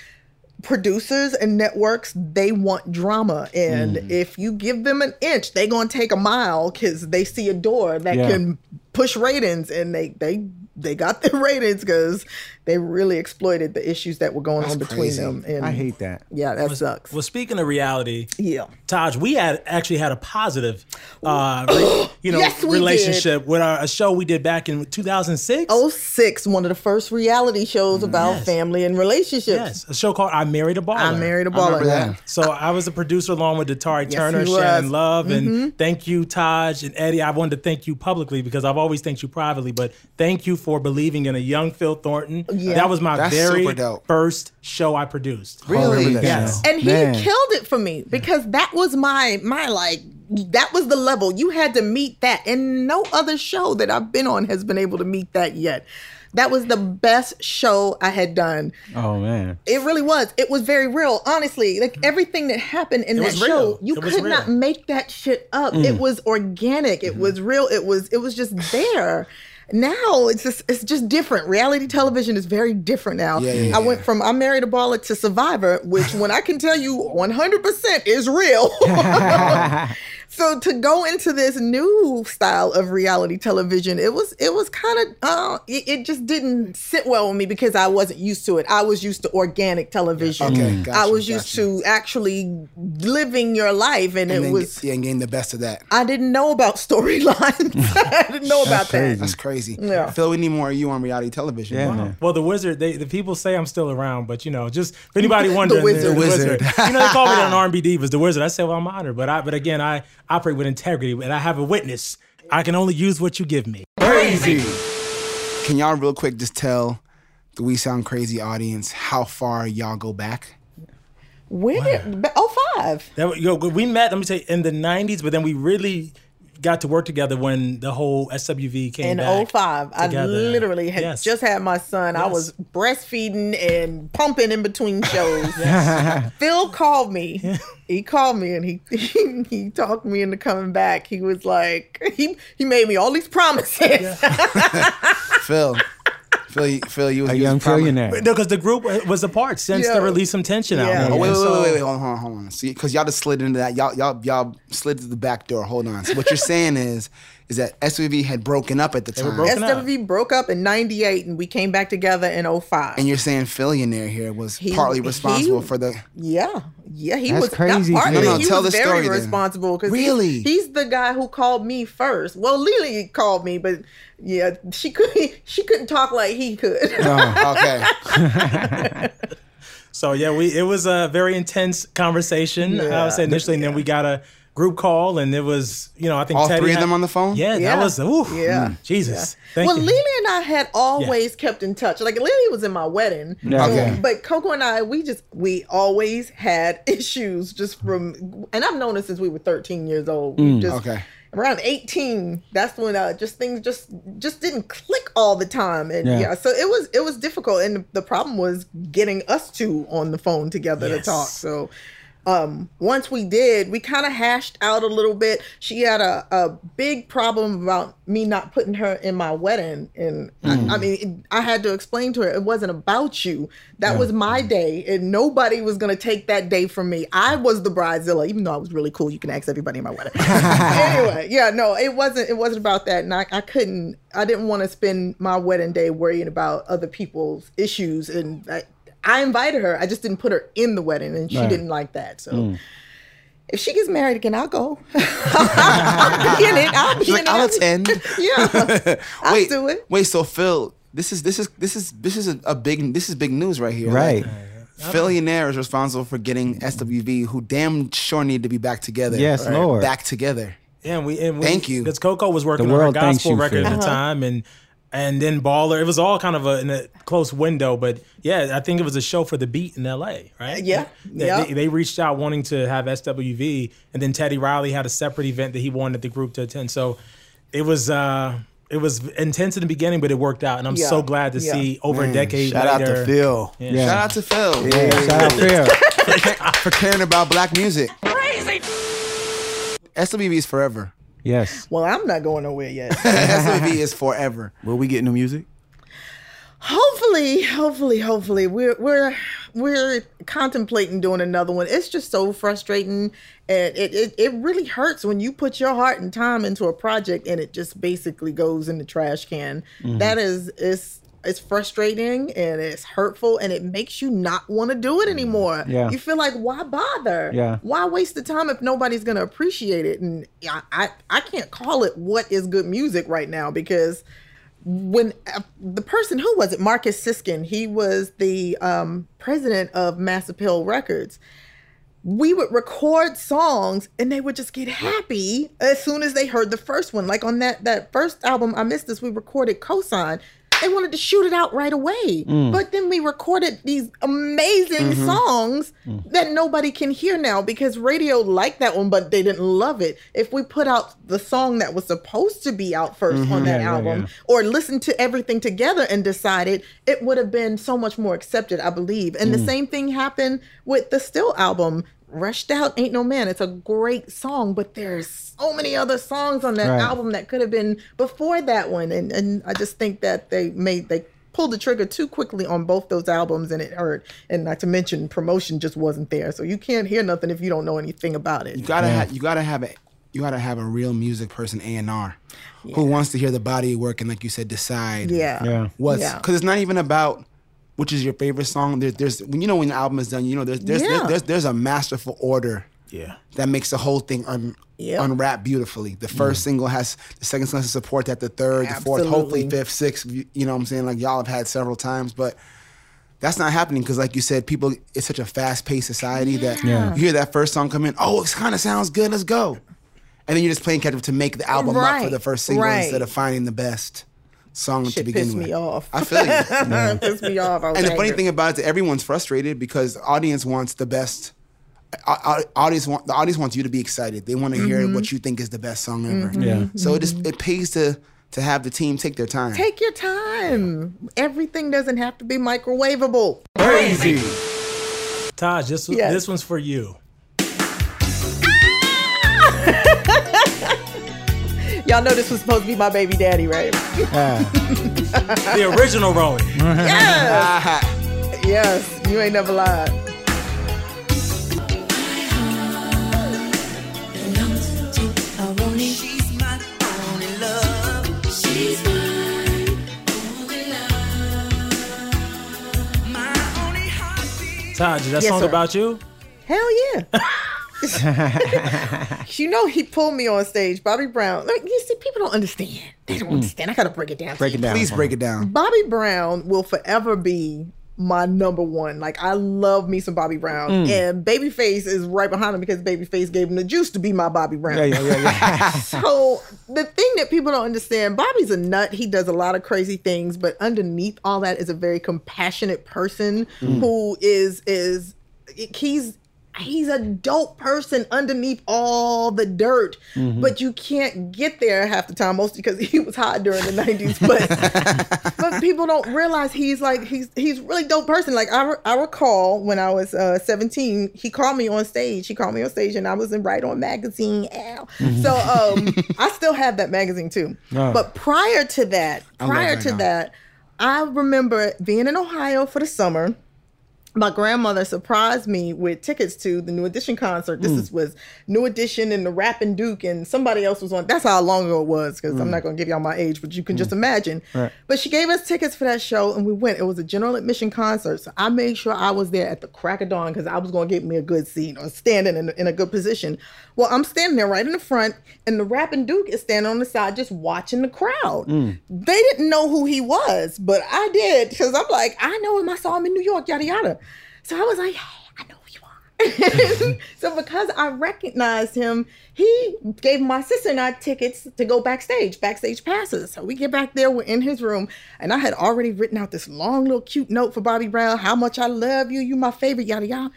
S6: producers and networks they want drama, and
S1: Mm.
S6: if you give them an inch, they gonna take a mile because they see a door that
S1: Yeah.
S6: can push ratings, and they they they got their ratings because they really exploited the issues that were going on between
S2: crazy.
S6: them. And
S1: I hate that.
S6: Yeah, that sucks.
S5: Well, speaking of reality,
S6: yeah.
S5: Taj, we had actually had a positive, uh, re- you know,
S6: Yes, we
S5: relationship with our a show we did back in 2006.
S6: Oh, 06, one of the first reality shows about
S5: Mm, Yes.
S6: family and relationships.
S5: yes, a show called I Married a Baller.
S6: I married a baller.
S5: So I was a producer along with Datari Turner,
S6: he was.
S5: Shannon Love, and thank you, Taj and Eddie. I wanted to thank you publicly because I've always thanked you privately, but thank you for believing in a young Phil Thornton.
S6: Yeah.
S5: That was my
S2: That's super
S5: very
S2: dope.
S5: first show I produced.
S2: Really?
S5: Yes.
S6: And he
S1: Man.
S6: killed it for me because that was my my like that was the level you had to meet that and no other show that I've been on has been able to meet that yet. That was the best show I had done.
S1: Oh man.
S6: It really was. It was very real, honestly. Like everything that happened in that
S5: Mm. was
S6: show,
S5: real.
S6: you
S5: It was
S6: could
S5: real. Mm. Mm-hmm.
S6: not make that shit up. It was organic. It was real. It was it was just there. now it's just, it's just different. Reality television is very different now.
S2: Yeah, yeah,
S6: I went from I Married a Baller to Survivor, which when I can tell you 100% is real. so to go into this new style of reality television, it was it was kind of uh, it, it just didn't sit well with me because I wasn't used to it. I was used to organic television.
S2: Okay, Mm. gotcha,
S6: I was used
S2: gotcha.
S6: to actually living your life, and,
S2: And
S6: it
S2: then
S6: was.
S2: get- yeah, and getting the best of that.
S6: I didn't know about storylines. I didn't know about that.
S2: That's crazy.
S6: Yeah.
S2: I feel we need more of you on reality television.
S1: Yeah, man.
S5: Well, the wizard, they, the people say I'm still around, but you know, just if anybody wondering, the
S6: wizard.
S5: wizard,
S6: The
S5: you know, they call me an R&B divas, the wizard. I said, well, I'm honored, but I, but again, I operate with integrity, and I have a witness. I can only use what you give me.
S2: Can y'all real quick just tell the We Sound Crazy audience how far y'all go back?
S6: When did ba- oh five?
S5: That, was- yo, we met, let me tell you, in the 90s, but then we really got to work together when the whole SWV came
S6: In
S5: back.
S6: 05, I
S5: together.
S6: literally had
S5: Yes.
S6: just had my son. I
S5: Yes.
S6: was breastfeeding and pumping in between shows. Phil called me. He called me and he, he talked me into coming back. He was like, he he made me all these promises.
S2: Phil, Phil, you- Phil, you was
S1: A
S2: you was
S1: young
S2: probably-
S1: billionaire.
S5: No, because the group was apart since
S6: Yeah.
S5: the Release Some Tension
S6: Yeah.
S5: album.
S2: Oh, wait,
S5: And
S2: wait,
S5: so-
S2: wait, wait, wait, hold on, hold on. See, because y'all just slid into that. Y'all, y'all, y'all slid to the back door. Hold on. So what you're saying is, is that SUV had broken up at the
S5: were
S2: time,
S5: broken up.
S6: SWV E broke up in '98 and we came back together in 05.
S2: and you're saying Phillionaire here was
S6: He-
S2: partly
S6: he-
S2: responsible for the.
S6: Yeah, yeah, he
S1: That's
S6: was
S1: crazy,
S6: Not partly,
S1: No, no,
S6: he
S2: tell
S6: was
S2: the
S6: very
S2: story then.
S6: responsible because
S2: Really?
S6: he's the guy who called me first. Well, Lily called me, but yeah, she could she couldn't talk like he could.
S1: Uh.
S2: Okay.
S5: So yeah, we it was a very intense conversation. I would say initially, and then we got a group call, and it was you know I think
S2: All
S5: Teddy
S2: three of
S5: had-
S2: them on the phone?
S5: Yeah,
S6: Yeah.
S5: that was ooh,
S6: Yeah.
S5: mm, Jesus. Thank
S6: well,
S5: you.
S6: Lily and I had always kept in touch. Like Lily was in my wedding,
S1: Yeah.
S6: so-
S1: Okay.
S6: but Coco and I, we just we always had issues just from, and I've known her since we were 13 years old.
S5: Mm,
S6: We just-
S2: Okay.
S6: Around 18, that's when uh, just things just just didn't click all the time, and yeah.
S1: Yeah.
S6: so it was it was difficult, and the problem was getting us two on the phone together to
S5: Yes.
S6: talk. So um, once we did, we kind of hashed out a little bit. She had a, a big problem about me not putting her in my wedding. And I, I mean, it, I had to explain to her it wasn't about you. That was my day, and nobody was going to take that day from me. I was the bridezilla, even though I was really cool. You can ask everybody in my wedding. anyway, yeah, no, it wasn't. It wasn't about that, and I, I couldn't. I didn't want to spend my wedding day worrying about other people's issues and. I, I invited her. I just didn't put her in the wedding, and she
S1: Right.
S6: didn't like that. So if she gets married again, I'll go. I'll be in it. I'll be
S2: She's
S6: in
S2: like,
S6: it.
S2: I'll attend.
S6: Yeah, I'll
S2: wait,
S6: do it.
S2: wait. So Phil, this is this is this is this is a, a big this is big news right here.
S1: Right. Uh-huh.
S2: Like, Phillionaire is responsible for getting SWV, who damn sure need to be back together.
S1: Yes, Lord.
S2: Back together.
S5: Yeah, and we and we,
S2: Thank you.
S5: Because Coco was working
S1: The
S5: on her
S1: world thanks
S5: gospel
S1: you, Uh-huh.
S5: record at
S1: Phil.
S5: the time, and and then Baller. It was all kind of a, in a close window, but yeah, I think it was a show for the Beat in L.A. Right?
S6: Yeah,
S5: They,
S6: yeah.
S5: they, they reached out wanting to have SWV, and then Teddy Riley had a separate event that he wanted the group to attend. So it was. uh it was intense in the beginning, but it worked out, and I'm
S6: Yeah,
S5: so glad to
S6: yeah.
S5: see over a decade
S7: Shout
S5: later.
S7: out to Phil.
S1: Yeah.
S2: Shout out to Phil.
S1: Yeah, shout out Phil.
S2: for, ca- for caring about black music.
S4: Crazy.
S2: SWV is forever.
S1: Yes.
S6: Well, I'm not going nowhere yet.
S2: SWV is forever.
S7: Will we get new music?
S6: hopefully, hopefully, hopefully, we're we're we're contemplating doing another one. It's just so frustrating, and it it, it really hurts when you put your heart and time into a project and it just basically goes in the trash can.
S2: Mm-hmm.
S6: That is is. It's frustrating and it's hurtful and it makes you not want to do it anymore.
S1: Yeah.
S6: You feel like why bother?
S1: Yeah.
S6: Why waste the time if nobody's gonna appreciate it? And I I, I can't call it what is good music right now because when uh, the person who was it marcus siskin he was the um, president of mass appeal records we would record songs and they would just get happy as soon as they heard the first one like on that that first album i missed this we recorded cosign they wanted to shoot it out right away
S1: Mm.
S6: but then we recorded these amazing
S1: Mm-hmm.
S6: songs
S1: Mm.
S6: that nobody can hear now because radio liked that one but they didn't love it if we put out the song that was supposed to be out 1st on that
S1: Mm-hmm. Yeah, yeah,
S6: album
S1: yeah.
S6: or listened to everything together and decided it
S1: Mm.
S6: would have been so much more accepted, I believe. And the same thing happened with the Still album. Rushed Out Ain't No Man. It's a great song, but there's so many other songs on that
S1: Right.
S6: album that could have been before that one. And and I just think that they made they pulled the trigger too quickly on both those albums and it hurt. And not to mention promotion just wasn't there. So you can't hear nothing if you don't know anything about it.
S2: You gotta have you gotta have a you gotta have a real music person A and R who wants to hear the body of work and like you said decide
S6: Yeah.
S1: Yeah.
S2: what's
S6: Yeah.
S2: because it's not even about which is your favorite song. There's there's when you know when the album is done you know there's there's
S6: Yeah.
S2: there's, there's, there's a masterful order
S7: Yeah.
S2: that makes the whole thing un,
S6: Yep.
S2: unwrap beautifully. The first single has the second single has to support that. The third, the fourth, hopefully
S6: Absolutely.
S2: fifth, sixth. You you know what I'm saying? Like y'all have had several times, but that's not happening because, like you said, people. It's such a fast paced society that
S1: Yeah.
S2: you hear that first song come in. Oh, it kind of sounds good. Let's go. And then you're just playing catch up to make the album up for
S6: Right,
S2: the first single
S6: right.
S2: instead of finding the best song to
S6: Shit
S2: begin
S6: pissed
S2: with.
S6: me off.
S2: I feel you.
S6: pissed me off. I was
S2: And the funny
S6: angry.
S2: thing about it, everyone's frustrated because the audience wants the best. au- au- Audience want the audience wants you to be excited. They want to hear
S6: Mm-hmm.
S2: what you think is the best song ever.
S1: Yeah.
S2: So it just it pays to to have the team take their time.
S6: Take your time. Everything doesn't have to be microwavable.
S2: crazy.
S5: Taj, this
S6: Yes.
S5: this one's for you.
S6: Y'all know this was supposed to be my baby daddy, right?
S5: The original Rowan.
S6: Yes. yes. You ain't never lied.
S8: She's my only love. My only heartbeat.
S5: Taj, that
S6: Yes,
S5: song
S6: sir.
S5: about you?
S6: Hell yeah. you know he pulled me on stage, Bobby Brown. Like you see, people don't understand. They don't understand. I gotta break it down.
S1: Mm. Break it down.
S2: Please
S1: for
S2: break it down.
S6: Bobby Brown will forever be my number one. Like I love me some Bobby Brown,
S1: Mm.
S6: and Babyface is right behind him because Babyface gave him the juice to be my Bobby Brown.
S1: me. Yeah, yeah, yeah, yeah.
S6: so the thing that people don't understand, Bobby's a nut. He does a lot of crazy things, but underneath all that is a very compassionate person
S1: Mm.
S6: who is is he's he's a dope person underneath all the dirt. But you can't get there half the time, mostly because he was hot during the nineties. But but people don't realize he's like he's he's really dope person. Like I, re- I recall when I was uh, seventeen, he called me on stage. He called me on stage, and I was in Right On magazine. Ow. So um, I still have that magazine too.
S1: Oh.
S6: But prior to that,
S2: love
S6: prior
S2: Right
S6: to
S2: On.
S6: that, I remember being in Ohio for the summer my grandmother surprised me with tickets to the New Edition concert. This is, was New Edition and the Rapping Duke and somebody else was on. That's how long ago it was because I'm not going to give y'all my age, but you can just imagine.
S1: Right.
S6: But she gave us tickets for that show and we went. It was a general admission concert, so I made sure I was there at the crack of dawn because I was going to get me a good seat or standing in, in a good position. Well, I'm standing there right in the front, and the Rapping Duke is standing on the side just watching the crowd. They didn't know who he was, but I did because I'm like, I know him. I saw him in New York, yada yada. So I was like, hey, I know who you are. so because I recognized him, he gave my sister and I tickets to go backstage, backstage passes. So we get back there, we're in his room, and I had already written out this long little cute note for Bobby Brown, how much I love you, you my favorite, yada yada.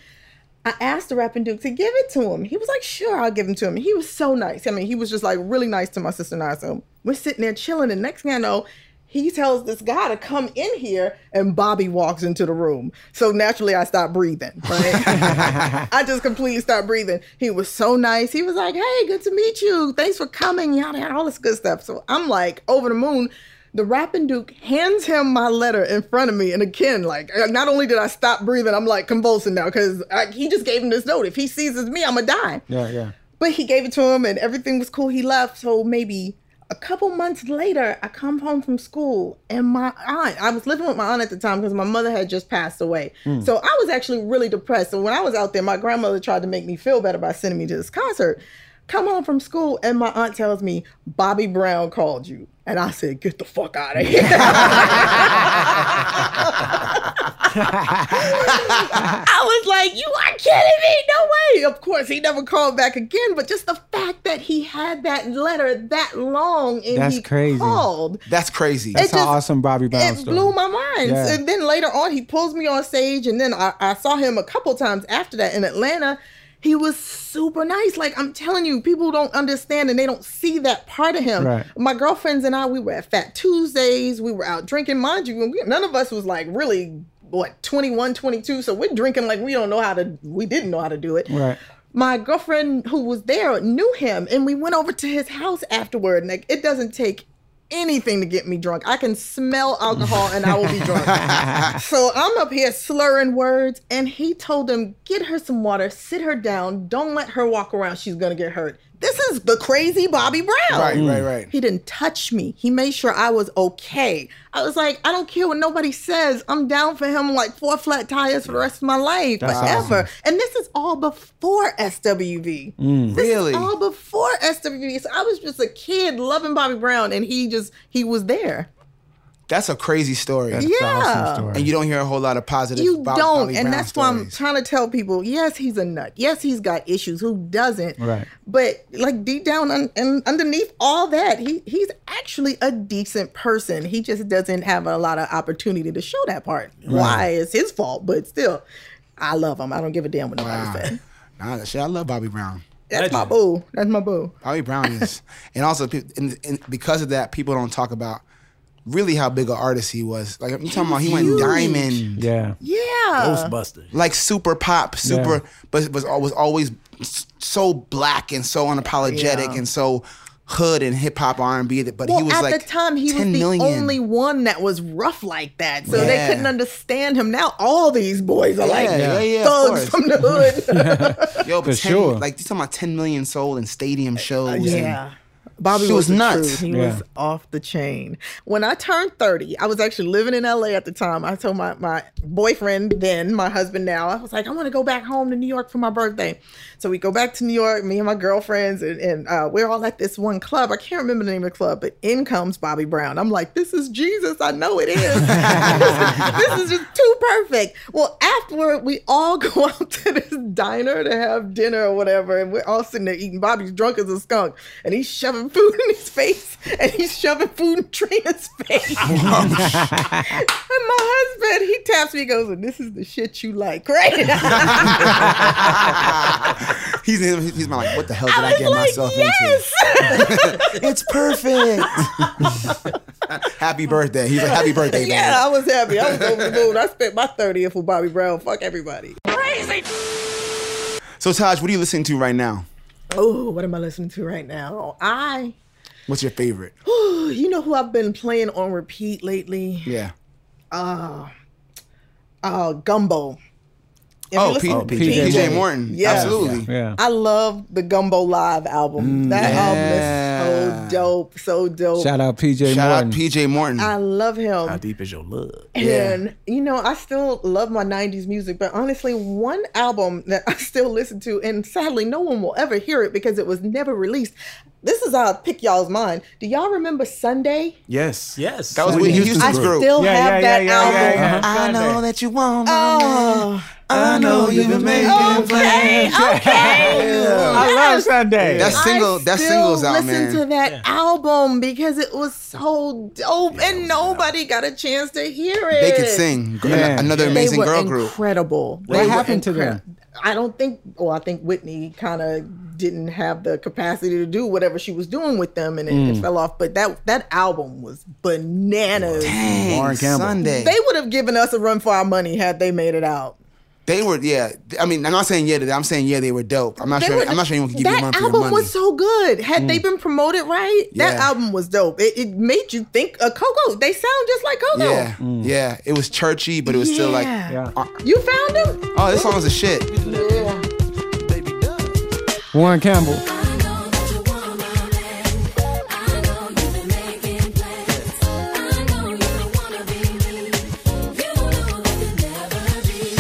S6: I asked the rapping duke to give it to him. He was like, sure, I'll give him to him. He was so nice. I mean, he was just like really nice to my sister and I. So we're sitting there chilling. And next thing I know, he tells this guy to come in here and Bobby walks into the room. So naturally I stopped breathing, right? I just completely stopped breathing. He was so nice. He was like, hey, good to meet you. Thanks for coming, yada, yada, all this good stuff. So I'm like over the moon the rapping duke hands him my letter in front of me and again like uh, not only did i stop breathing i'm like convulsing now because he just gave him this note if he seizes me i'ma die
S1: Yeah, yeah.
S6: but he gave it to him and everything was cool he left so maybe a couple months later i come home from school and my aunt i was living with my aunt at the time because my mother had just passed away so i was actually really depressed so when i was out there my grandmother tried to make me feel better by sending me to this concert come home from school and my aunt tells me bobby brown called you and i said get the fuck out of here I was like, you are kidding me. No way. Of course, he never called back again, but just the fact that he had that letter that long and
S1: That's
S6: he
S1: crazy.
S6: called.
S2: That's crazy.
S1: That's how
S6: just-
S1: awesome Bobby Brown
S6: It
S1: story.
S6: blew my mind.
S1: Yeah.
S6: And then later on, he pulls me on stage, and then I, I saw him a couple times after that in Atlanta. He was super nice. Like I'm telling you, people don't understand and they don't see that part of him.
S1: Right.
S6: My girlfriends and I, we were at Fat Tuesdays. We were out drinking, mind you. and we- None of us was like really what 21 22 so we're drinking like we don't know how to we didn't know how to do it
S1: Right.
S6: my girlfriend who was there knew him and we went over to his house afterward and like it doesn't take anything to get me drunk i can smell alcohol and i will be drunk so i'm up here slurring words and he told him get her some water sit her down don't let her walk around she's gonna get hurt this is the crazy bobby brown
S2: Right, right, right.
S6: he didn't touch me. He made sure I was okay. I was like, I don't care what nobody says. I'm down for him like four flat tires for the rest of my life, forever. And this is all before SWV. This
S2: Really?
S6: is all before SWV. So I was just a kid loving Bobby Brown, and he just he was there.
S2: That's a crazy story.
S6: yeah.
S2: And you don't hear a whole lot of positive.
S6: You
S2: Bob-
S6: don't,
S2: Bobby
S6: and
S2: Brown
S6: that's why I'm
S2: stories.
S6: trying to tell people. Yes, he's a nut. Yes, he's got issues. Who doesn't?
S1: Right.
S6: But like deep down un- and underneath all that, he he's actually a decent person. He just doesn't have a lot of opportunity to show that part. Why it's his fault? But still, I love him. I don't give a damn what nobody
S2: Wow.
S6: says.
S2: Nah, that shit. I love Bobby Brown.
S6: That's my
S5: Legend.
S6: boo. That's my boo.
S2: Bobby Brown is, and also pe- and, and because of that, people don't talk about really how big an artist he was. Like I'm talking about, he went
S6: Huge.
S2: diamond,
S1: Yeah.
S6: Yeah.
S7: Ghostbusters.
S2: like super pop, super,
S1: Yeah.
S2: but was al- was always s- so black and so unapologetic
S6: Yeah.
S2: and so hood and hip hop R and B. But
S6: Well,
S2: he was
S6: at
S2: like
S6: the time, he was the
S2: 10 million.
S6: only one that was rough like that, so
S2: Yeah.
S6: they couldn't understand him. Now all these boys are like
S2: Yeah, yeah, yeah, of
S6: thugs
S2: course.
S6: from the hood.
S2: Yo, but
S1: For
S2: 10
S1: sure.
S2: Like you're talking about 10 million sold in stadium shows.
S6: Uh, yeah. Bobby
S2: Oh, She was
S6: was, the
S2: nuts.
S6: truth. He
S1: Yeah.
S6: was off the chain. When I turned 30, I was actually living in LA at the time. I told my, my boyfriend then, my husband now, I was like, I want to go back home to New York for my birthday. So we go back to New York, me and my girlfriends, and, and uh, we're all at this one club. I can't remember the name of the club, but in comes Bobby Brown. I'm like, this is Jesus. I know it is. this is just too perfect. Well, afterward, we all go out to this diner to have dinner or whatever, and we're all sitting there eating. Bobby's drunk as a skunk, and he's shoving food in his face, and he's shoving food in Trina's face. and my husband, he taps me, he goes, "And this is the shit you like, right?"
S2: He's, he's my like, what the hell did I,
S6: I was
S2: get
S6: like,
S2: myself
S6: yes.
S2: into? It's perfect. happy birthday. He's like, happy birthday, man.
S6: yeah, I was happy. I was over the moon. I spent my 30th with Bobby Brown. Fuck everybody.
S2: So Taj, what are you listening to right now?
S6: Oh, what am I listening to right now? I,
S2: What's your favorite?
S6: you know who I've been playing on repeat lately?
S2: Yeah.
S6: Uh, Gumbo. If you
S2: Oh,
S6: listen-
S2: P-
S1: PJ
S2: PJ,
S1: Morton.
S2: Morton.
S6: Yeah.
S2: Absolutely.
S1: Yeah.
S6: I love the Gumbo Live album. that album
S2: yeah.
S6: is so dope, so dope.
S1: Shout out PJ
S2: Shout
S1: Morton.
S2: out PJ Morton.
S6: I love him.
S7: How deep is your love?
S2: Yeah.
S6: And you know, I still love my '90s music, but honestly, one album that I still listen to, and sadly, no one will ever hear it because it was never released. This is how I pick y'all's mind. Do y'all remember Sunday?
S7: Yes.
S5: Yes.
S2: that was
S7: Whitney
S2: Whitney
S7: Houston's
S2: Houston's
S6: I
S2: group.
S6: still
S1: Yeah,
S6: have
S1: yeah,
S6: that
S1: yeah, yeah,
S6: album.
S1: yeah, yeah.
S2: I know that you want. Uh-huh.
S6: Oh,
S2: I know you've been making
S6: okay, okay.
S1: I love Sunday.
S2: That's single.
S6: I
S2: That's
S6: still
S2: singles out,
S6: listen
S2: man.
S6: to that album because it was so dope, and nobody got a chance to hear it.
S2: they could sing. Gr-
S1: Yeah.
S2: Another
S6: They
S2: amazing
S6: were
S2: girl group.
S6: incredible.
S1: What
S6: They were
S1: happened to
S6: incre-
S1: them?
S6: I don't think. Well, I think Whitney kind of didn't have the capacity to do whatever she was doing with them, and it,
S1: Mm.
S6: it fell off. But that that album was bananas.
S2: Dang,
S7: Warren Campbell.
S2: Sunday.
S6: They would have given us a run for our money had they made it out.
S2: They were, yeah. I mean, I'm not saying yeah. to that. I'm saying yeah. They were dope. I'm not
S6: They
S2: sure.
S6: were-
S2: I'm not sure anyone can give you
S6: that
S2: a run for your
S6: album
S2: money.
S6: was so good. Had
S1: Mm.
S6: they been promoted right, that
S2: Yeah.
S6: album was dope. It, it made you think of Coco. They sound just like Coco.
S2: yeah,
S1: Mm.
S2: yeah. It was churchy, but it was still like,
S6: Yeah.
S1: Yeah.
S6: You found him?
S2: oh, this song's a shit.
S1: Warren Campbell.
S3: I know that you want my man. I know you've been making plans. I know you don't wanna be me. You know that could never be.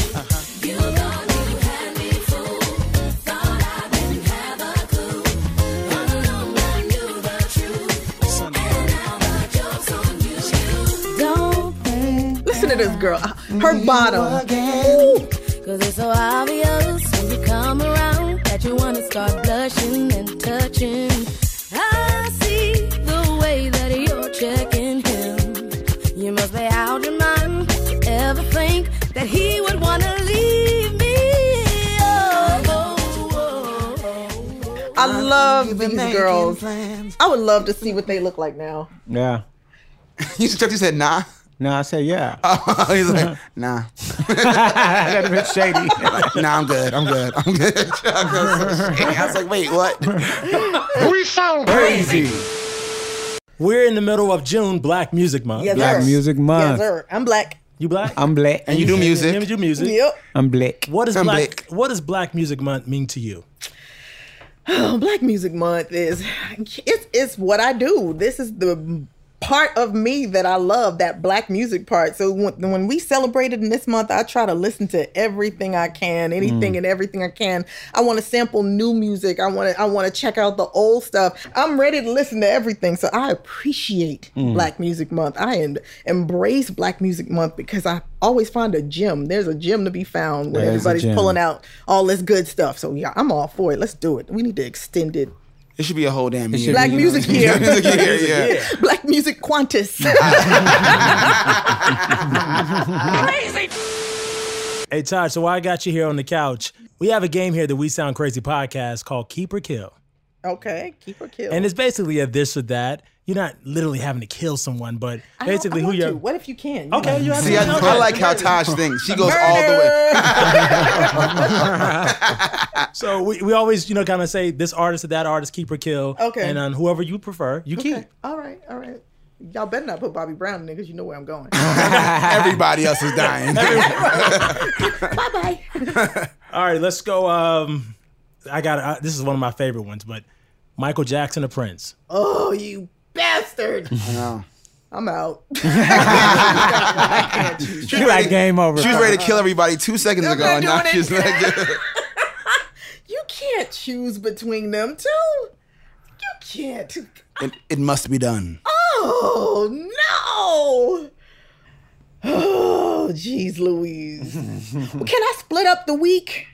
S3: You thought you had me fooled. Thought I didn't have a clue. All along I knew the truth, and now the joke's on you. Don't think
S6: Listen to this girl. Her bottom. Ooh.
S3: Cause it's so obvious when you come around that you wanna start blushing and touching. I see the way that you're checking him. You must be out your mind to ever think that he would wanna leave me. Oh, oh, oh, oh.
S6: I love these girls. I would love to see what they look like now.
S1: Yeah.
S2: You just you said nah.
S1: No, I said yeah.
S2: Uh, He's like, nah,
S1: That'd have been shady.
S2: nah, I'm good, I'm good, I'm good. I was like, wait, what?
S7: Crazy.
S5: We're in the middle of June, Black Music Month.
S6: Yes,
S1: Black
S6: sir.
S1: Music Month.
S6: Yes, sir. I'm black.
S5: You black?
S1: I'm black.
S2: And Um, you do music.
S5: You do music.
S6: Yep.
S1: I'm black.
S5: What does
S2: I'm
S5: black,
S2: black.
S5: What does Black Music Month mean to you?
S6: Oh, Black Music Month is it's it's what I do. This is the part of me that I love that black music part. So when, when we celebrated in this month, I try to listen to everything I can, anything and everything I can. I want to sample new music. I want to I want to check out the old stuff. I'm ready to listen to everything. So I appreciate Black Music Month. I em- embrace Black Music Month because I always find a gem. There's a gem to be found where
S1: There is a
S6: everybody's
S1: gem.
S6: pulling out all this good stuff. So yeah, I'm all for it. Let's do it. We need to extend it.
S2: It should be a whole damn year.
S1: should
S6: Black
S1: be-
S6: music
S2: yeah,
S6: year.
S2: yeah, yeah.
S6: Black music Qantas.
S5: Hey, Todd, so I got you here on the couch. We have a game here that we sound crazy podcast called Keep or Kill.
S6: okay, keep her kill.
S5: And it's basically a this or that. You're not literally having to kill someone,
S6: I
S5: but
S6: don't- I
S5: basically who
S6: want
S5: you're.
S6: to. What if you can?
S5: Okay, you have
S2: See,
S5: to
S2: I,
S5: know
S2: I
S5: that.
S2: like how Taj thinks. She goes all the way.
S6: Murder.
S5: So we, we always, you know, kind of say this artist or that artist, keep or kill.
S6: Okay.
S5: And um, whoever you prefer, you keep.
S6: all right, all right. Y'all better not put Bobby Brown in there because you know where I'm going.
S2: Everybody else is dying.
S6: bye bye.
S5: All right, let's go. Um, I got uh, this is one of my favorite ones, but Michael Jackson or Prince.
S6: Oh, you bastard!
S2: No.
S6: I'm out.
S1: She like game over.
S2: She was ready to kill everybody two seconds ago,
S6: not
S2: and now
S6: doing
S2: she's
S6: it.
S2: like,
S6: You can't choose between them two. You can't.
S2: it, it must be done.
S6: Oh no! Oh, jeez, Louise. Well, can I split up the week?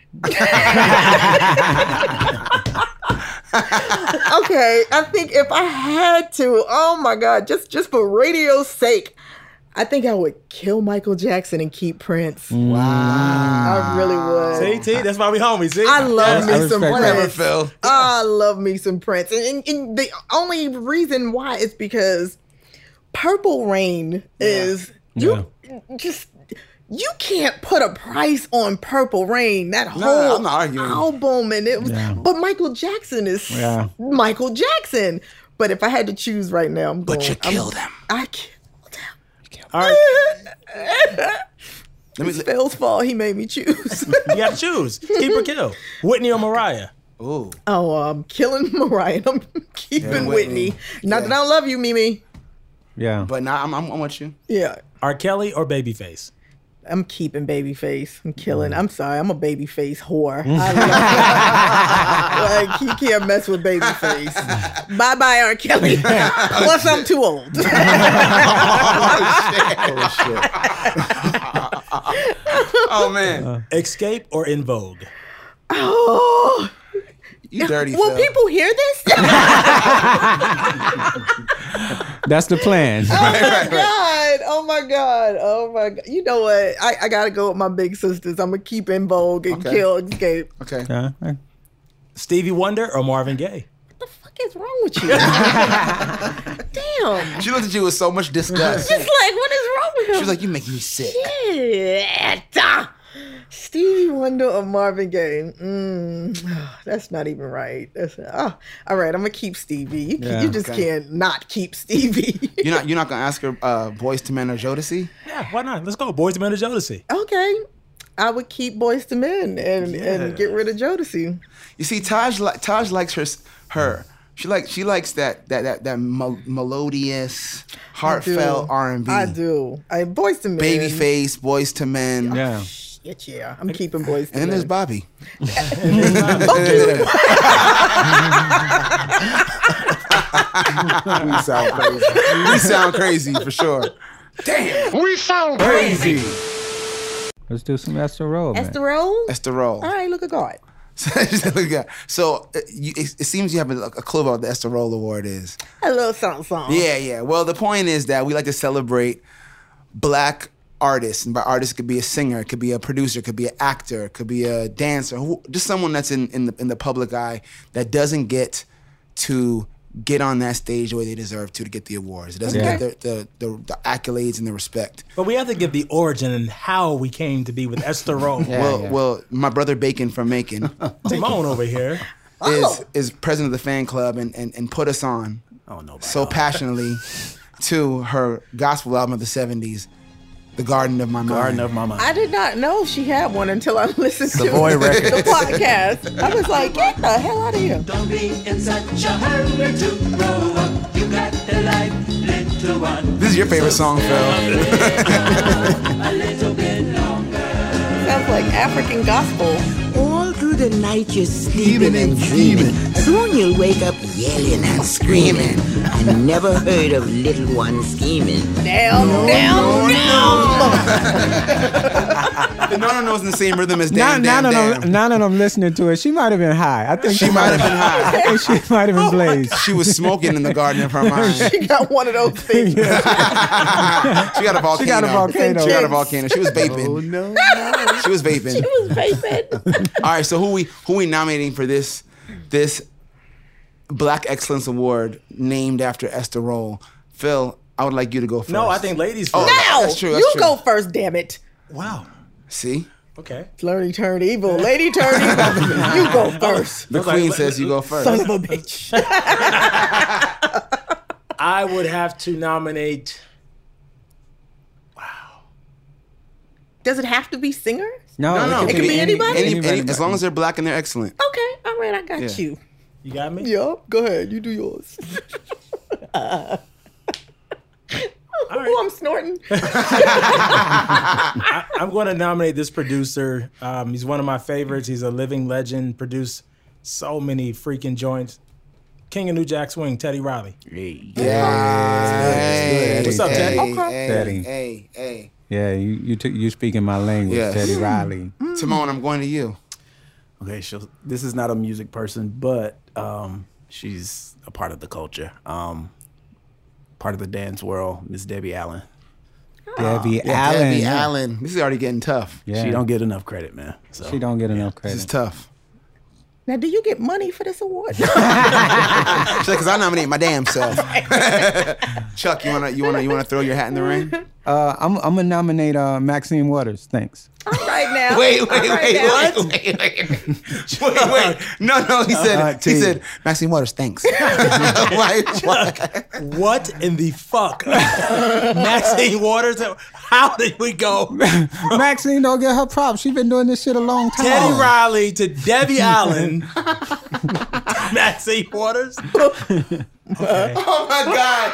S6: okay, I think if I had to, oh my god, just just for radio's sake, I think I would kill Michael Jackson and keep Prince. Wow, I really would.
S5: See, T, that's why we homies. See,
S6: Oh. I love
S1: I
S6: me some
S1: respect that.
S2: Whatever,
S6: Prince.
S2: Phil.
S6: I love me some Prince. And, and, and the only reason why is because Purple Rain is you just you can't put a price on Purple Rain. That whole
S2: I'm not arguing.
S6: album and it was
S1: Yeah.
S6: but Michael Jackson is
S1: Yeah.
S6: Michael Jackson. But if I had to choose right now, I'm going
S2: But you
S6: I'm-
S2: kill them.
S6: I killed him.
S5: All right,
S2: Let me.
S6: Phil's fault. He made me choose.
S5: you got to choose. Keep or kill. Whitney or Mariah.
S2: Ooh.
S6: oh, I'm killing Mariah. and I'm keeping
S2: Whitney.
S6: Whitney. Not that I don't love you, Mimi.
S1: Yeah.
S2: But now I'm, I'm, I'm with you.
S6: Yeah.
S5: R. Kelly or Babyface.
S6: I'm keeping babyface. I'm
S2: Mm.
S6: killing. I'm sorry. I'm a babyface whore. I love- like you can't mess with babyface. bye bye, R. Kelly. Plus, I'm too old.
S2: Oh shit. oh man,
S5: Uh, Escape or In Vogue.
S6: oh,
S2: you dirty.
S6: will
S2: Phil.
S6: people hear this? oh
S1: That's the plan.
S6: my god! Oh my god! Oh my god! You know what? I, I gotta go with my big sisters. I'm gonna keep in vogue and
S2: Okay.
S6: kill escape. What
S2: Okay.
S1: Yeah.
S5: Stevie Wonder or Marvin Gaye.
S6: the fuck is wrong with you? Damn!
S2: She looked at you with so much disgust. she
S6: It's like what is wrong with him?
S2: was like, "You making me sick."
S6: Shit. Stevie Wonder or Marvin Gaye? Mm, that's not even right. That's, oh, all right, I'm gonna keep Stevie. You, can- you
S1: Yeah.
S6: just
S2: Okay.
S6: can't not keep Stevie.
S2: You're not. You're not gonna ask her, uh, boys to men or Jodeci.
S5: Yeah, why not? Let's go. Boys and Men of Jealousy.
S6: okay, I would keep Boys to Men and and get rid of Jodeci.
S2: You see, Taj. Li- Taj likes her. s- Her. She like. She likes that. That. That. That mel- melodious, heartfelt R and B.
S6: I do. I Boys to Men.
S2: Babyface, boys to men.
S1: Yeah.
S6: Shit, yeah. I'm keeping Boys to
S2: And then there's
S6: Men.
S2: Bobby.
S7: You sound crazy.
S2: We sound crazy for sure.
S7: Crazy.
S1: Let's do some Esther Roll.
S6: That's the role.
S2: That's the role.
S6: All right, look at God.
S2: so uh, you, it, it seems you have a, a clue about what the Esther Roll Award is.
S6: A little something, something.
S2: Yeah, yeah. Well, the point is that we like to celebrate black artists, and by artist it could be a singer, it could be a producer, it could be an actor, it could be a dancer, who, just someone that's in in the, in the public eye that doesn't get to get on that stage the way they deserve to to get the awards. It doesn't
S1: Yeah.
S2: get the, the, the, the accolades and the respect.
S5: But we have to give the origin and how we came to be with Esther Rowe.
S2: well,
S1: yeah.
S2: well, my brother Bacon from Macon
S5: Timon over here.
S10: Oh.
S2: is is president of the fan club and and, and put us on
S7: Oh no.
S2: so passionately to her gospel album of the '70s, "The Garden of My
S7: Garden
S2: Mind."
S7: of my mind.
S6: I did not know she had one until I listened to
S7: Savoy Records.
S6: the podcast. I was like, get the hell out of here.
S11: Don't be in such a hurry to grow up. You got a life, little one.
S2: this is your favorite song, Phil.
S11: A little bit longer.
S6: Sounds like African gospel.
S10: All through the night you're sleeping and dreaming. Soon you'll wake up yelling and screaming. I never heard of little one scheming.
S6: Down, down, down.
S2: No, no, no, it's in the same rhythm as
S1: Now,
S2: "Damn,
S1: now
S2: Damn,
S1: that
S2: Damn."
S1: I'm now that I'm listening to it, she might have been high. I think
S2: She might have been high.
S1: I think she might have been blazed.
S2: She was smoking in the garden of her mind. she
S6: She got one of those things.
S2: got a volcano.
S1: She got a volcano.
S2: She got a volcano. She was vaping.
S7: no.
S2: She was vaping.
S6: She was vaping.
S2: All right, so who we who we nominating for this this Black Excellence Award named after Esther Roll? Phil, I would like you to go first.
S5: No, I think ladies.
S2: Oh.
S5: first.
S6: Now,
S2: That's true, that's
S6: you
S2: true.
S6: go first, damn it.
S5: Wow.
S2: See,
S5: Okay.
S6: Flirty turned evil. Lady turned evil. you go first.
S2: the
S5: I was like,
S2: Queen
S5: let-
S2: says you go first.
S6: Son of a bitch.
S5: I would have to nominate.
S6: Does it have to be singer?
S2: no, no,
S6: It could be anybody?
S2: Any, any, as long as they're black and they're excellent.
S6: Okay, all right, I got
S2: Yeah.
S6: you.
S5: You got me.
S6: Yup, go ahead. You do yours.
S5: All right.
S6: Oh, I'm snorting.
S5: I'm going to nominate this producer. Um, he's one of my favorites. He's a living legend. Produced so many freaking joints. King of New Jack Swing, Teddy Riley.
S2: Hey,
S5: What's up, Teddy?
S2: Hey,
S6: Okay.
S2: hey,
S1: Teddy.
S2: Hey, hey,
S1: Yeah, you you took you speaking my language,
S2: Yes.
S1: Teddy Riley.
S2: Timon, I'm going to you.
S7: Okay, she'll, this is not a music person, but um, she's a part of the culture, um, part of the dance world. Miss Debbie Allen.
S1: Debbie
S2: Yeah,
S1: Allen.
S2: Debbie
S1: yeah.
S2: Allen. This is already getting tough.
S1: Yeah.
S7: She don't get enough credit, man. So
S1: she don't get enough
S2: This is
S1: credit.
S2: tough.
S6: Now, do you get money for this award?
S2: She's like, cause I nominate my damn self. Chuck, you wanna you wanna you wanna throw your hat in the ring?
S1: Uh, I'm I'm gonna nominate uh, Maxine Waters. Thanks.
S6: All right now.
S2: Wait, wait,
S6: All right
S2: wait,
S6: now.
S2: what? Wait, wait, wait. No, no, he said,
S7: Uh,
S2: he
S7: T.
S2: said, Maxine Waters, thanks. Why- why-
S5: What in the fuck? Maxine Waters. How did we go?
S1: Maxine don't get her props. She been doing this shit a long time.
S5: Teddy Riley to Debbie Allen. Maxine Waters.
S2: oh my God.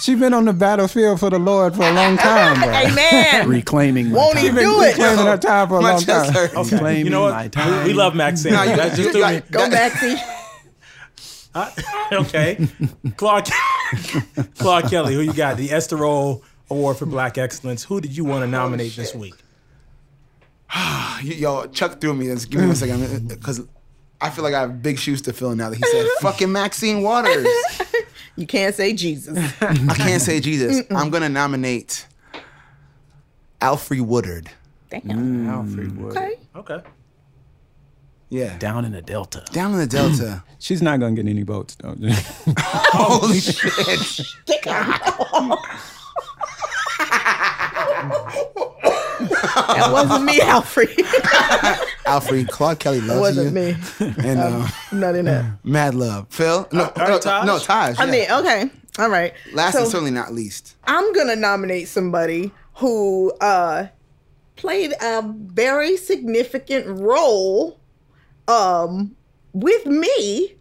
S1: She been on the battlefield for the Lord for a long time, bro.
S6: Amen.
S7: reclaiming my
S6: Won't
S7: time.
S6: he do it?
S1: Claiming her time for a
S2: My
S1: long
S2: chest
S1: time.
S2: hurt.
S7: Reclaiming
S5: You know
S7: my
S5: what?
S7: time.
S5: We love Maxine.
S2: No, you-
S5: That's just
S2: you
S5: through
S2: got-
S5: me.
S6: Go back, see.
S5: Okay. Clark Clark Kelly, who you got? The Esther Roll Award for Black Excellence. Who did you want to nominate
S1: Oh,
S5: this week?
S2: You- Yo, Chuck threw me. Just give me one second, because I feel like I have big shoes to fill now that he said, "Fucking Maxine Waters."
S6: You can't say Jesus.
S2: I can't say Jesus. I'm gonna nominate Alfre Woodard.
S6: Damn.
S7: Alfred Wood.
S6: Okay.
S5: Okay.
S2: Yeah,
S7: Down in the Delta.
S2: down in the Delta.
S1: She's not gonna get any votes though.
S2: Holy shit.
S6: That wasn't me, Alfred.
S2: Alfred, Claude Kelly loves
S6: wasn't
S2: you.
S6: me.
S2: And uh,
S6: I'm not in that.
S2: Mad Love. Phil? No,
S5: all right,
S2: no,
S5: Taj?
S2: no, Taj.
S6: I
S2: yeah.
S6: mean, okay. All right.
S2: Last
S6: So-
S2: and certainly not least.
S6: I'm gonna nominate somebody who uh, played a very significant role um, with me,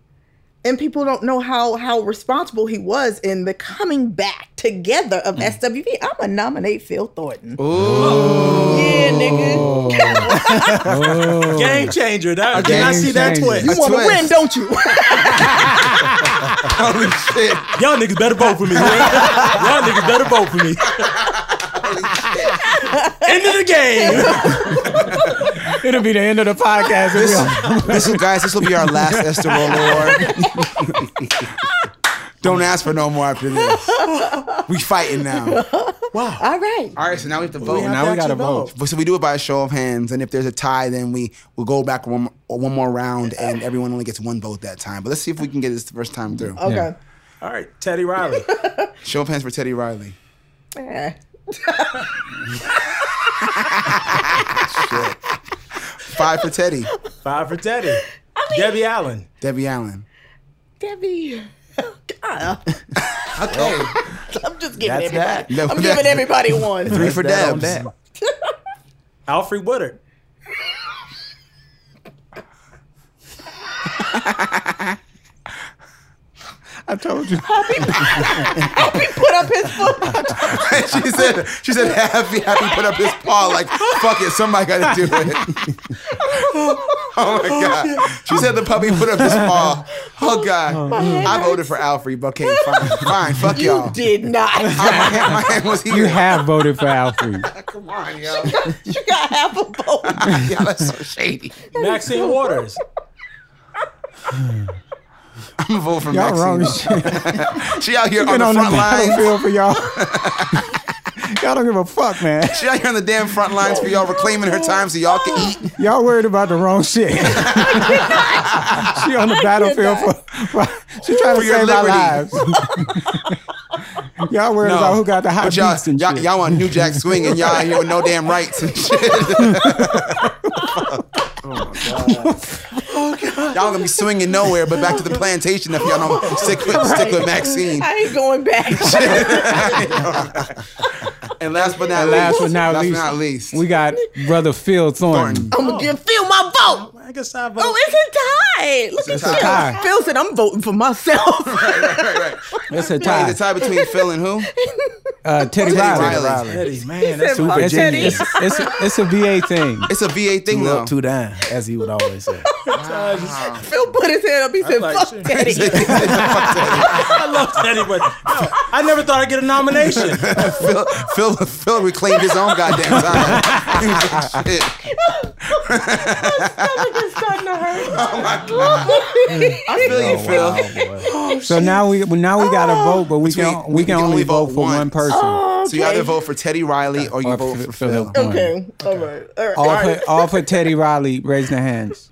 S6: and people don't know how how responsible he was in the coming back together
S2: Mm.
S6: of SWV. I'm gonna nominate Phil Thornton. Yeah, nigga,
S1: Oh.
S5: Game changer. That, did I
S1: game
S5: see that
S1: changer.
S5: twist?
S6: you want to win, don't you?
S2: Holy shit.
S5: Y'all niggas better vote for me. man. Y'all niggas better vote for me. End of the game.
S1: It'll be the end of the podcast. if we don't-
S2: This will, guys, this will be our last Esther Roll Award. Don't ask for no more after this. We fighting now.
S6: All right.
S2: All right, so now we have to vote.
S1: now we gotta
S5: actually
S1: vote.
S2: so we do it by a show of hands, and if there's a tie, then we will go back one, one more round, and everyone only gets one vote that time. But let's see if we can get this the first time through.
S6: Okay.
S1: Yeah.
S5: All right, Teddy Riley.
S2: Show pants for Teddy Riley.
S6: Eh.
S2: Five for Teddy.
S5: Five for Teddy. Debbie Allen.
S2: Debbie Allen.
S6: Debbie. God,
S5: Okay.
S6: I'm just giving
S7: That's
S6: everybody.
S7: that.
S2: No,
S6: I'm
S2: that-
S6: giving everybody one.
S2: Three for
S7: That on
S2: Debs.
S7: that.
S5: Alfred Woodard.
S2: I told you.
S6: He put up his foot.
S2: she said. She said, "Happy, happy." Put up his paw, like fuck it. Somebody got to do it. oh my god. She said the puppy put up his paw. Oh god. I voted for Alfred. but Okay, fine, fine. Fuck
S6: You
S2: y'all.
S6: did not.
S2: My hand, my hand was here.
S1: You have voted for Alfred.
S2: Come on, yo.
S6: you got half a vote.
S2: y'all are so shady.
S5: Maxine Waters.
S2: I'm gonna vote for
S1: Y'all wrong as
S2: Maxine.
S1: shit.
S2: She out here on
S1: Been
S2: the
S1: on the
S2: front lines.
S1: battlefield for y'all. y'all don't give a fuck, man.
S2: She out here on the damn front lines for y'all reclaiming her time so y'all can eat.
S1: Y'all worried about the wrong shit. she on the battlefield for, for she trying
S2: For
S1: to
S2: your
S1: save our
S2: liberty.
S1: lives. y'all worried about who got the hot
S2: But y'all,
S1: beats and
S2: y'all,
S1: shit.
S2: y'all want New Jack Swing and y'all out here with no damn rights and shit. Oh, Y'all gonna be swinging nowhere but back to the plantation if y'all don't stick with, stick with Maxine.
S6: I ain't going back.
S2: And last but not
S1: And
S2: least,
S1: last but not least, we got brother Phil Thornton.
S6: I'm gonna give Phil my vote.
S5: I guess I vote.
S6: Oh, it's a tie. Look
S2: It's a
S6: at Phil.
S1: tie.
S6: Phil said, "I'm voting for myself."
S2: right, right, right.
S1: That's a
S2: Hey,
S1: tie.
S2: the tie between Phil and who?
S1: Uh, Teddy,
S2: Teddy
S1: Riley.
S2: Riley.
S5: Teddy, man. That's
S6: Fuck
S1: It's, in-
S6: Teddy.
S1: it's, it's, it's a VA thing.
S2: It's a VA thing
S7: Two
S2: though.
S7: up, two down, as he would always say.
S6: Phil put his hand up. He said,
S5: like,
S6: "Fuck
S5: shit.
S6: Teddy."
S5: I love Teddy, but no, I never thought I'd get a nomination.
S2: Phil, Phil, Phil reclaimed his own goddamn time. Shit.
S6: It's starting to hurt.
S2: I feel you, Phil.
S6: Oh,
S1: So now we now we got to vote, but we
S2: Oh. Between-
S1: can we can only vote for one person.
S6: Oh,
S2: So you either vote for Teddy Riley or you
S1: Or
S2: vote
S1: Phil-
S2: for
S1: Phil
S2: Phil.
S1: Thornton.
S6: Okay. All right. All right.
S1: All,
S6: All right.
S1: for, all for Teddy Riley. Raise their hands.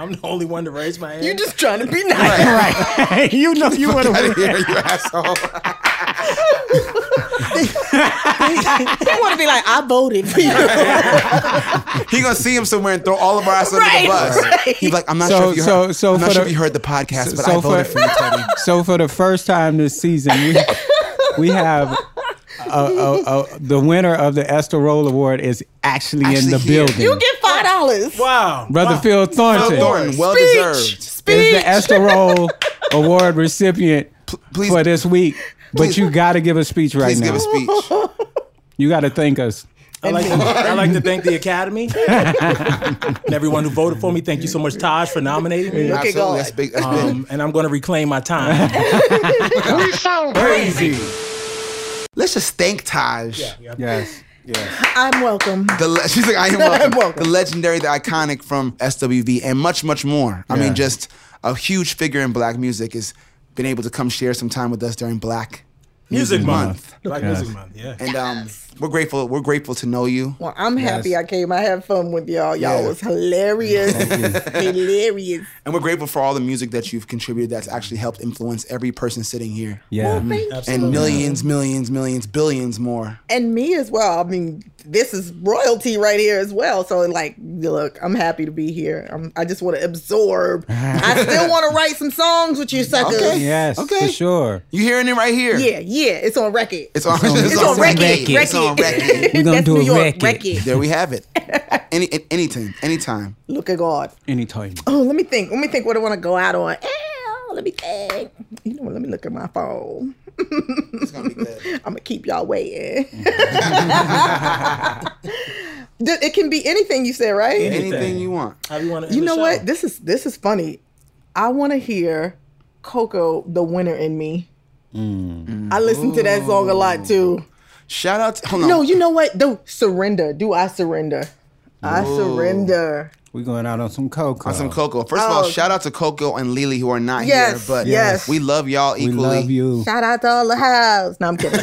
S5: I'm the only one to raise my hand.
S6: You're just trying to be nice.
S1: Right. you know you want
S2: Outta here, you asshole.
S6: They want to be like, "I voted for you."
S2: He gonna see him somewhere and throw all of our ass under
S6: Right,
S2: the bus.
S6: right.
S2: He's like, I'm not
S1: So-
S2: sure if you
S1: so-
S2: heard,
S1: so
S2: I'm not
S1: for
S2: sure
S1: the-
S2: if you heard the podcast, but
S1: so
S2: I voted
S1: for-
S2: for, you, Teddy.
S1: So for the first time this season, we we have a, a, a, the winner of the Esther Roll Award is actually, in
S2: Actually
S1: the
S2: here.
S1: building.
S6: You get five dollars.
S5: wow.
S1: Brother
S5: wow.
S1: Phil Thornton
S2: Phil Thornton, well deserved.
S1: is
S6: Speech.
S1: the Esther Roll Award recipient
S2: Please,
S1: for this week. But you got to give a speech right
S2: please
S1: now.
S2: give a speech.
S1: you got to thank us.
S5: I like, to, I like to thank the Academy and everyone who voted for me. Thank you so much, Taj, for nominating me.
S6: Okay,
S2: Absolutely,
S6: go
S2: that's
S6: on.
S2: big. That's big.
S5: Um, and I'm going to reclaim my time.
S2: Let's just thank Taj.
S1: Yes.
S6: I'm welcome.
S2: The le- she's like, I am
S6: I'm
S2: welcome.
S6: welcome.
S2: The legendary, the iconic from SWV, and much, much more. I
S1: Yeah.
S2: mean, just a huge figure in black music has been able to come share some time with us during Black
S5: Music
S2: Month.
S5: Month. Black Music Month, yeah.
S2: And um, we're grateful. We're grateful to know you.
S6: Well, I'm happy I came. I had fun with y'all. Y'all
S2: Yeah.
S6: was hilarious. hilarious.
S2: And we're grateful for all the music that you've contributed that's actually helped influence every person sitting here.
S1: Yeah.
S2: And millions, millions, millions, billions more.
S6: And me as well. I mean, this is royalty right here as well. So like, look, I'm happy to be here. I'm, I just want to absorb. I still want to write some songs with you suckers.
S2: Okay.
S1: Yes.
S2: Okay.
S1: For sure.
S2: You hearing it right here?
S6: Yeah, yeah. It's on record.
S2: It's on.
S6: It's, on, record. record.
S2: It's on record.
S1: We gonna
S6: That's
S1: do
S6: New
S1: a
S6: York
S1: record.
S2: there we have it. Any, anything, anytime.
S6: Look at God.
S1: Anytime.
S6: Oh, let me think. Let me think. What I want to go out on. Ew, let me think. You know, what? let me look at my phone.
S2: It's gonna be good.
S6: I'm gonna keep y'all waiting. Th- it can be anything you said, right?
S2: Anything you want.
S5: How do you want to
S6: You know what? This is this is funny. I want to hear Coco, the winner in me.
S2: Mm.
S6: I listen to that song a lot too.
S2: Shout out. To, hold on.
S6: No, you know what? Though surrender. Do I surrender? I surrender.
S1: We going out on some cocoa.
S2: on some Coco. First of all, shout out to Coco and Lily who are not
S6: Oh. Yes,
S2: here, but
S6: yes.
S2: we love y'all
S1: We
S2: equally.
S1: love you.
S6: Shout out to all the house. No, I'm kidding.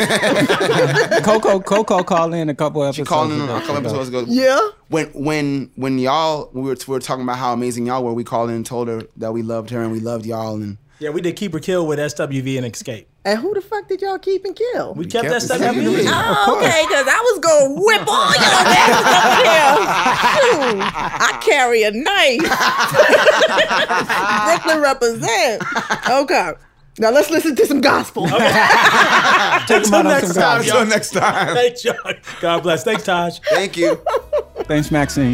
S1: Coco Coco called in a couple episodes.
S2: She called in
S1: ago.
S2: a couple episodes ago.
S6: yeah.
S2: When when when y'all we were, we were talking about how amazing y'all were, we called in and told her that we loved her and we loved y'all and
S5: Yeah, we did Keep or Kill with SWV and Escape.
S6: And who the fuck did y'all keep and kill?
S5: We, kept,
S2: kept
S5: SWV.
S2: SWV. Of
S6: Oh,
S2: course.
S6: okay, because I was gonna whip all y'all asses up here. Shoot, I carry a knife. Brooklyn represent. Okay, now let's listen to some gospel.
S5: Until next time,
S2: Until
S5: y'all.
S2: next time.
S5: Thank you. God bless. Thanks, Taj.
S2: Thank you.
S1: Thanks, Maxine.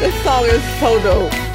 S6: This song is so dope.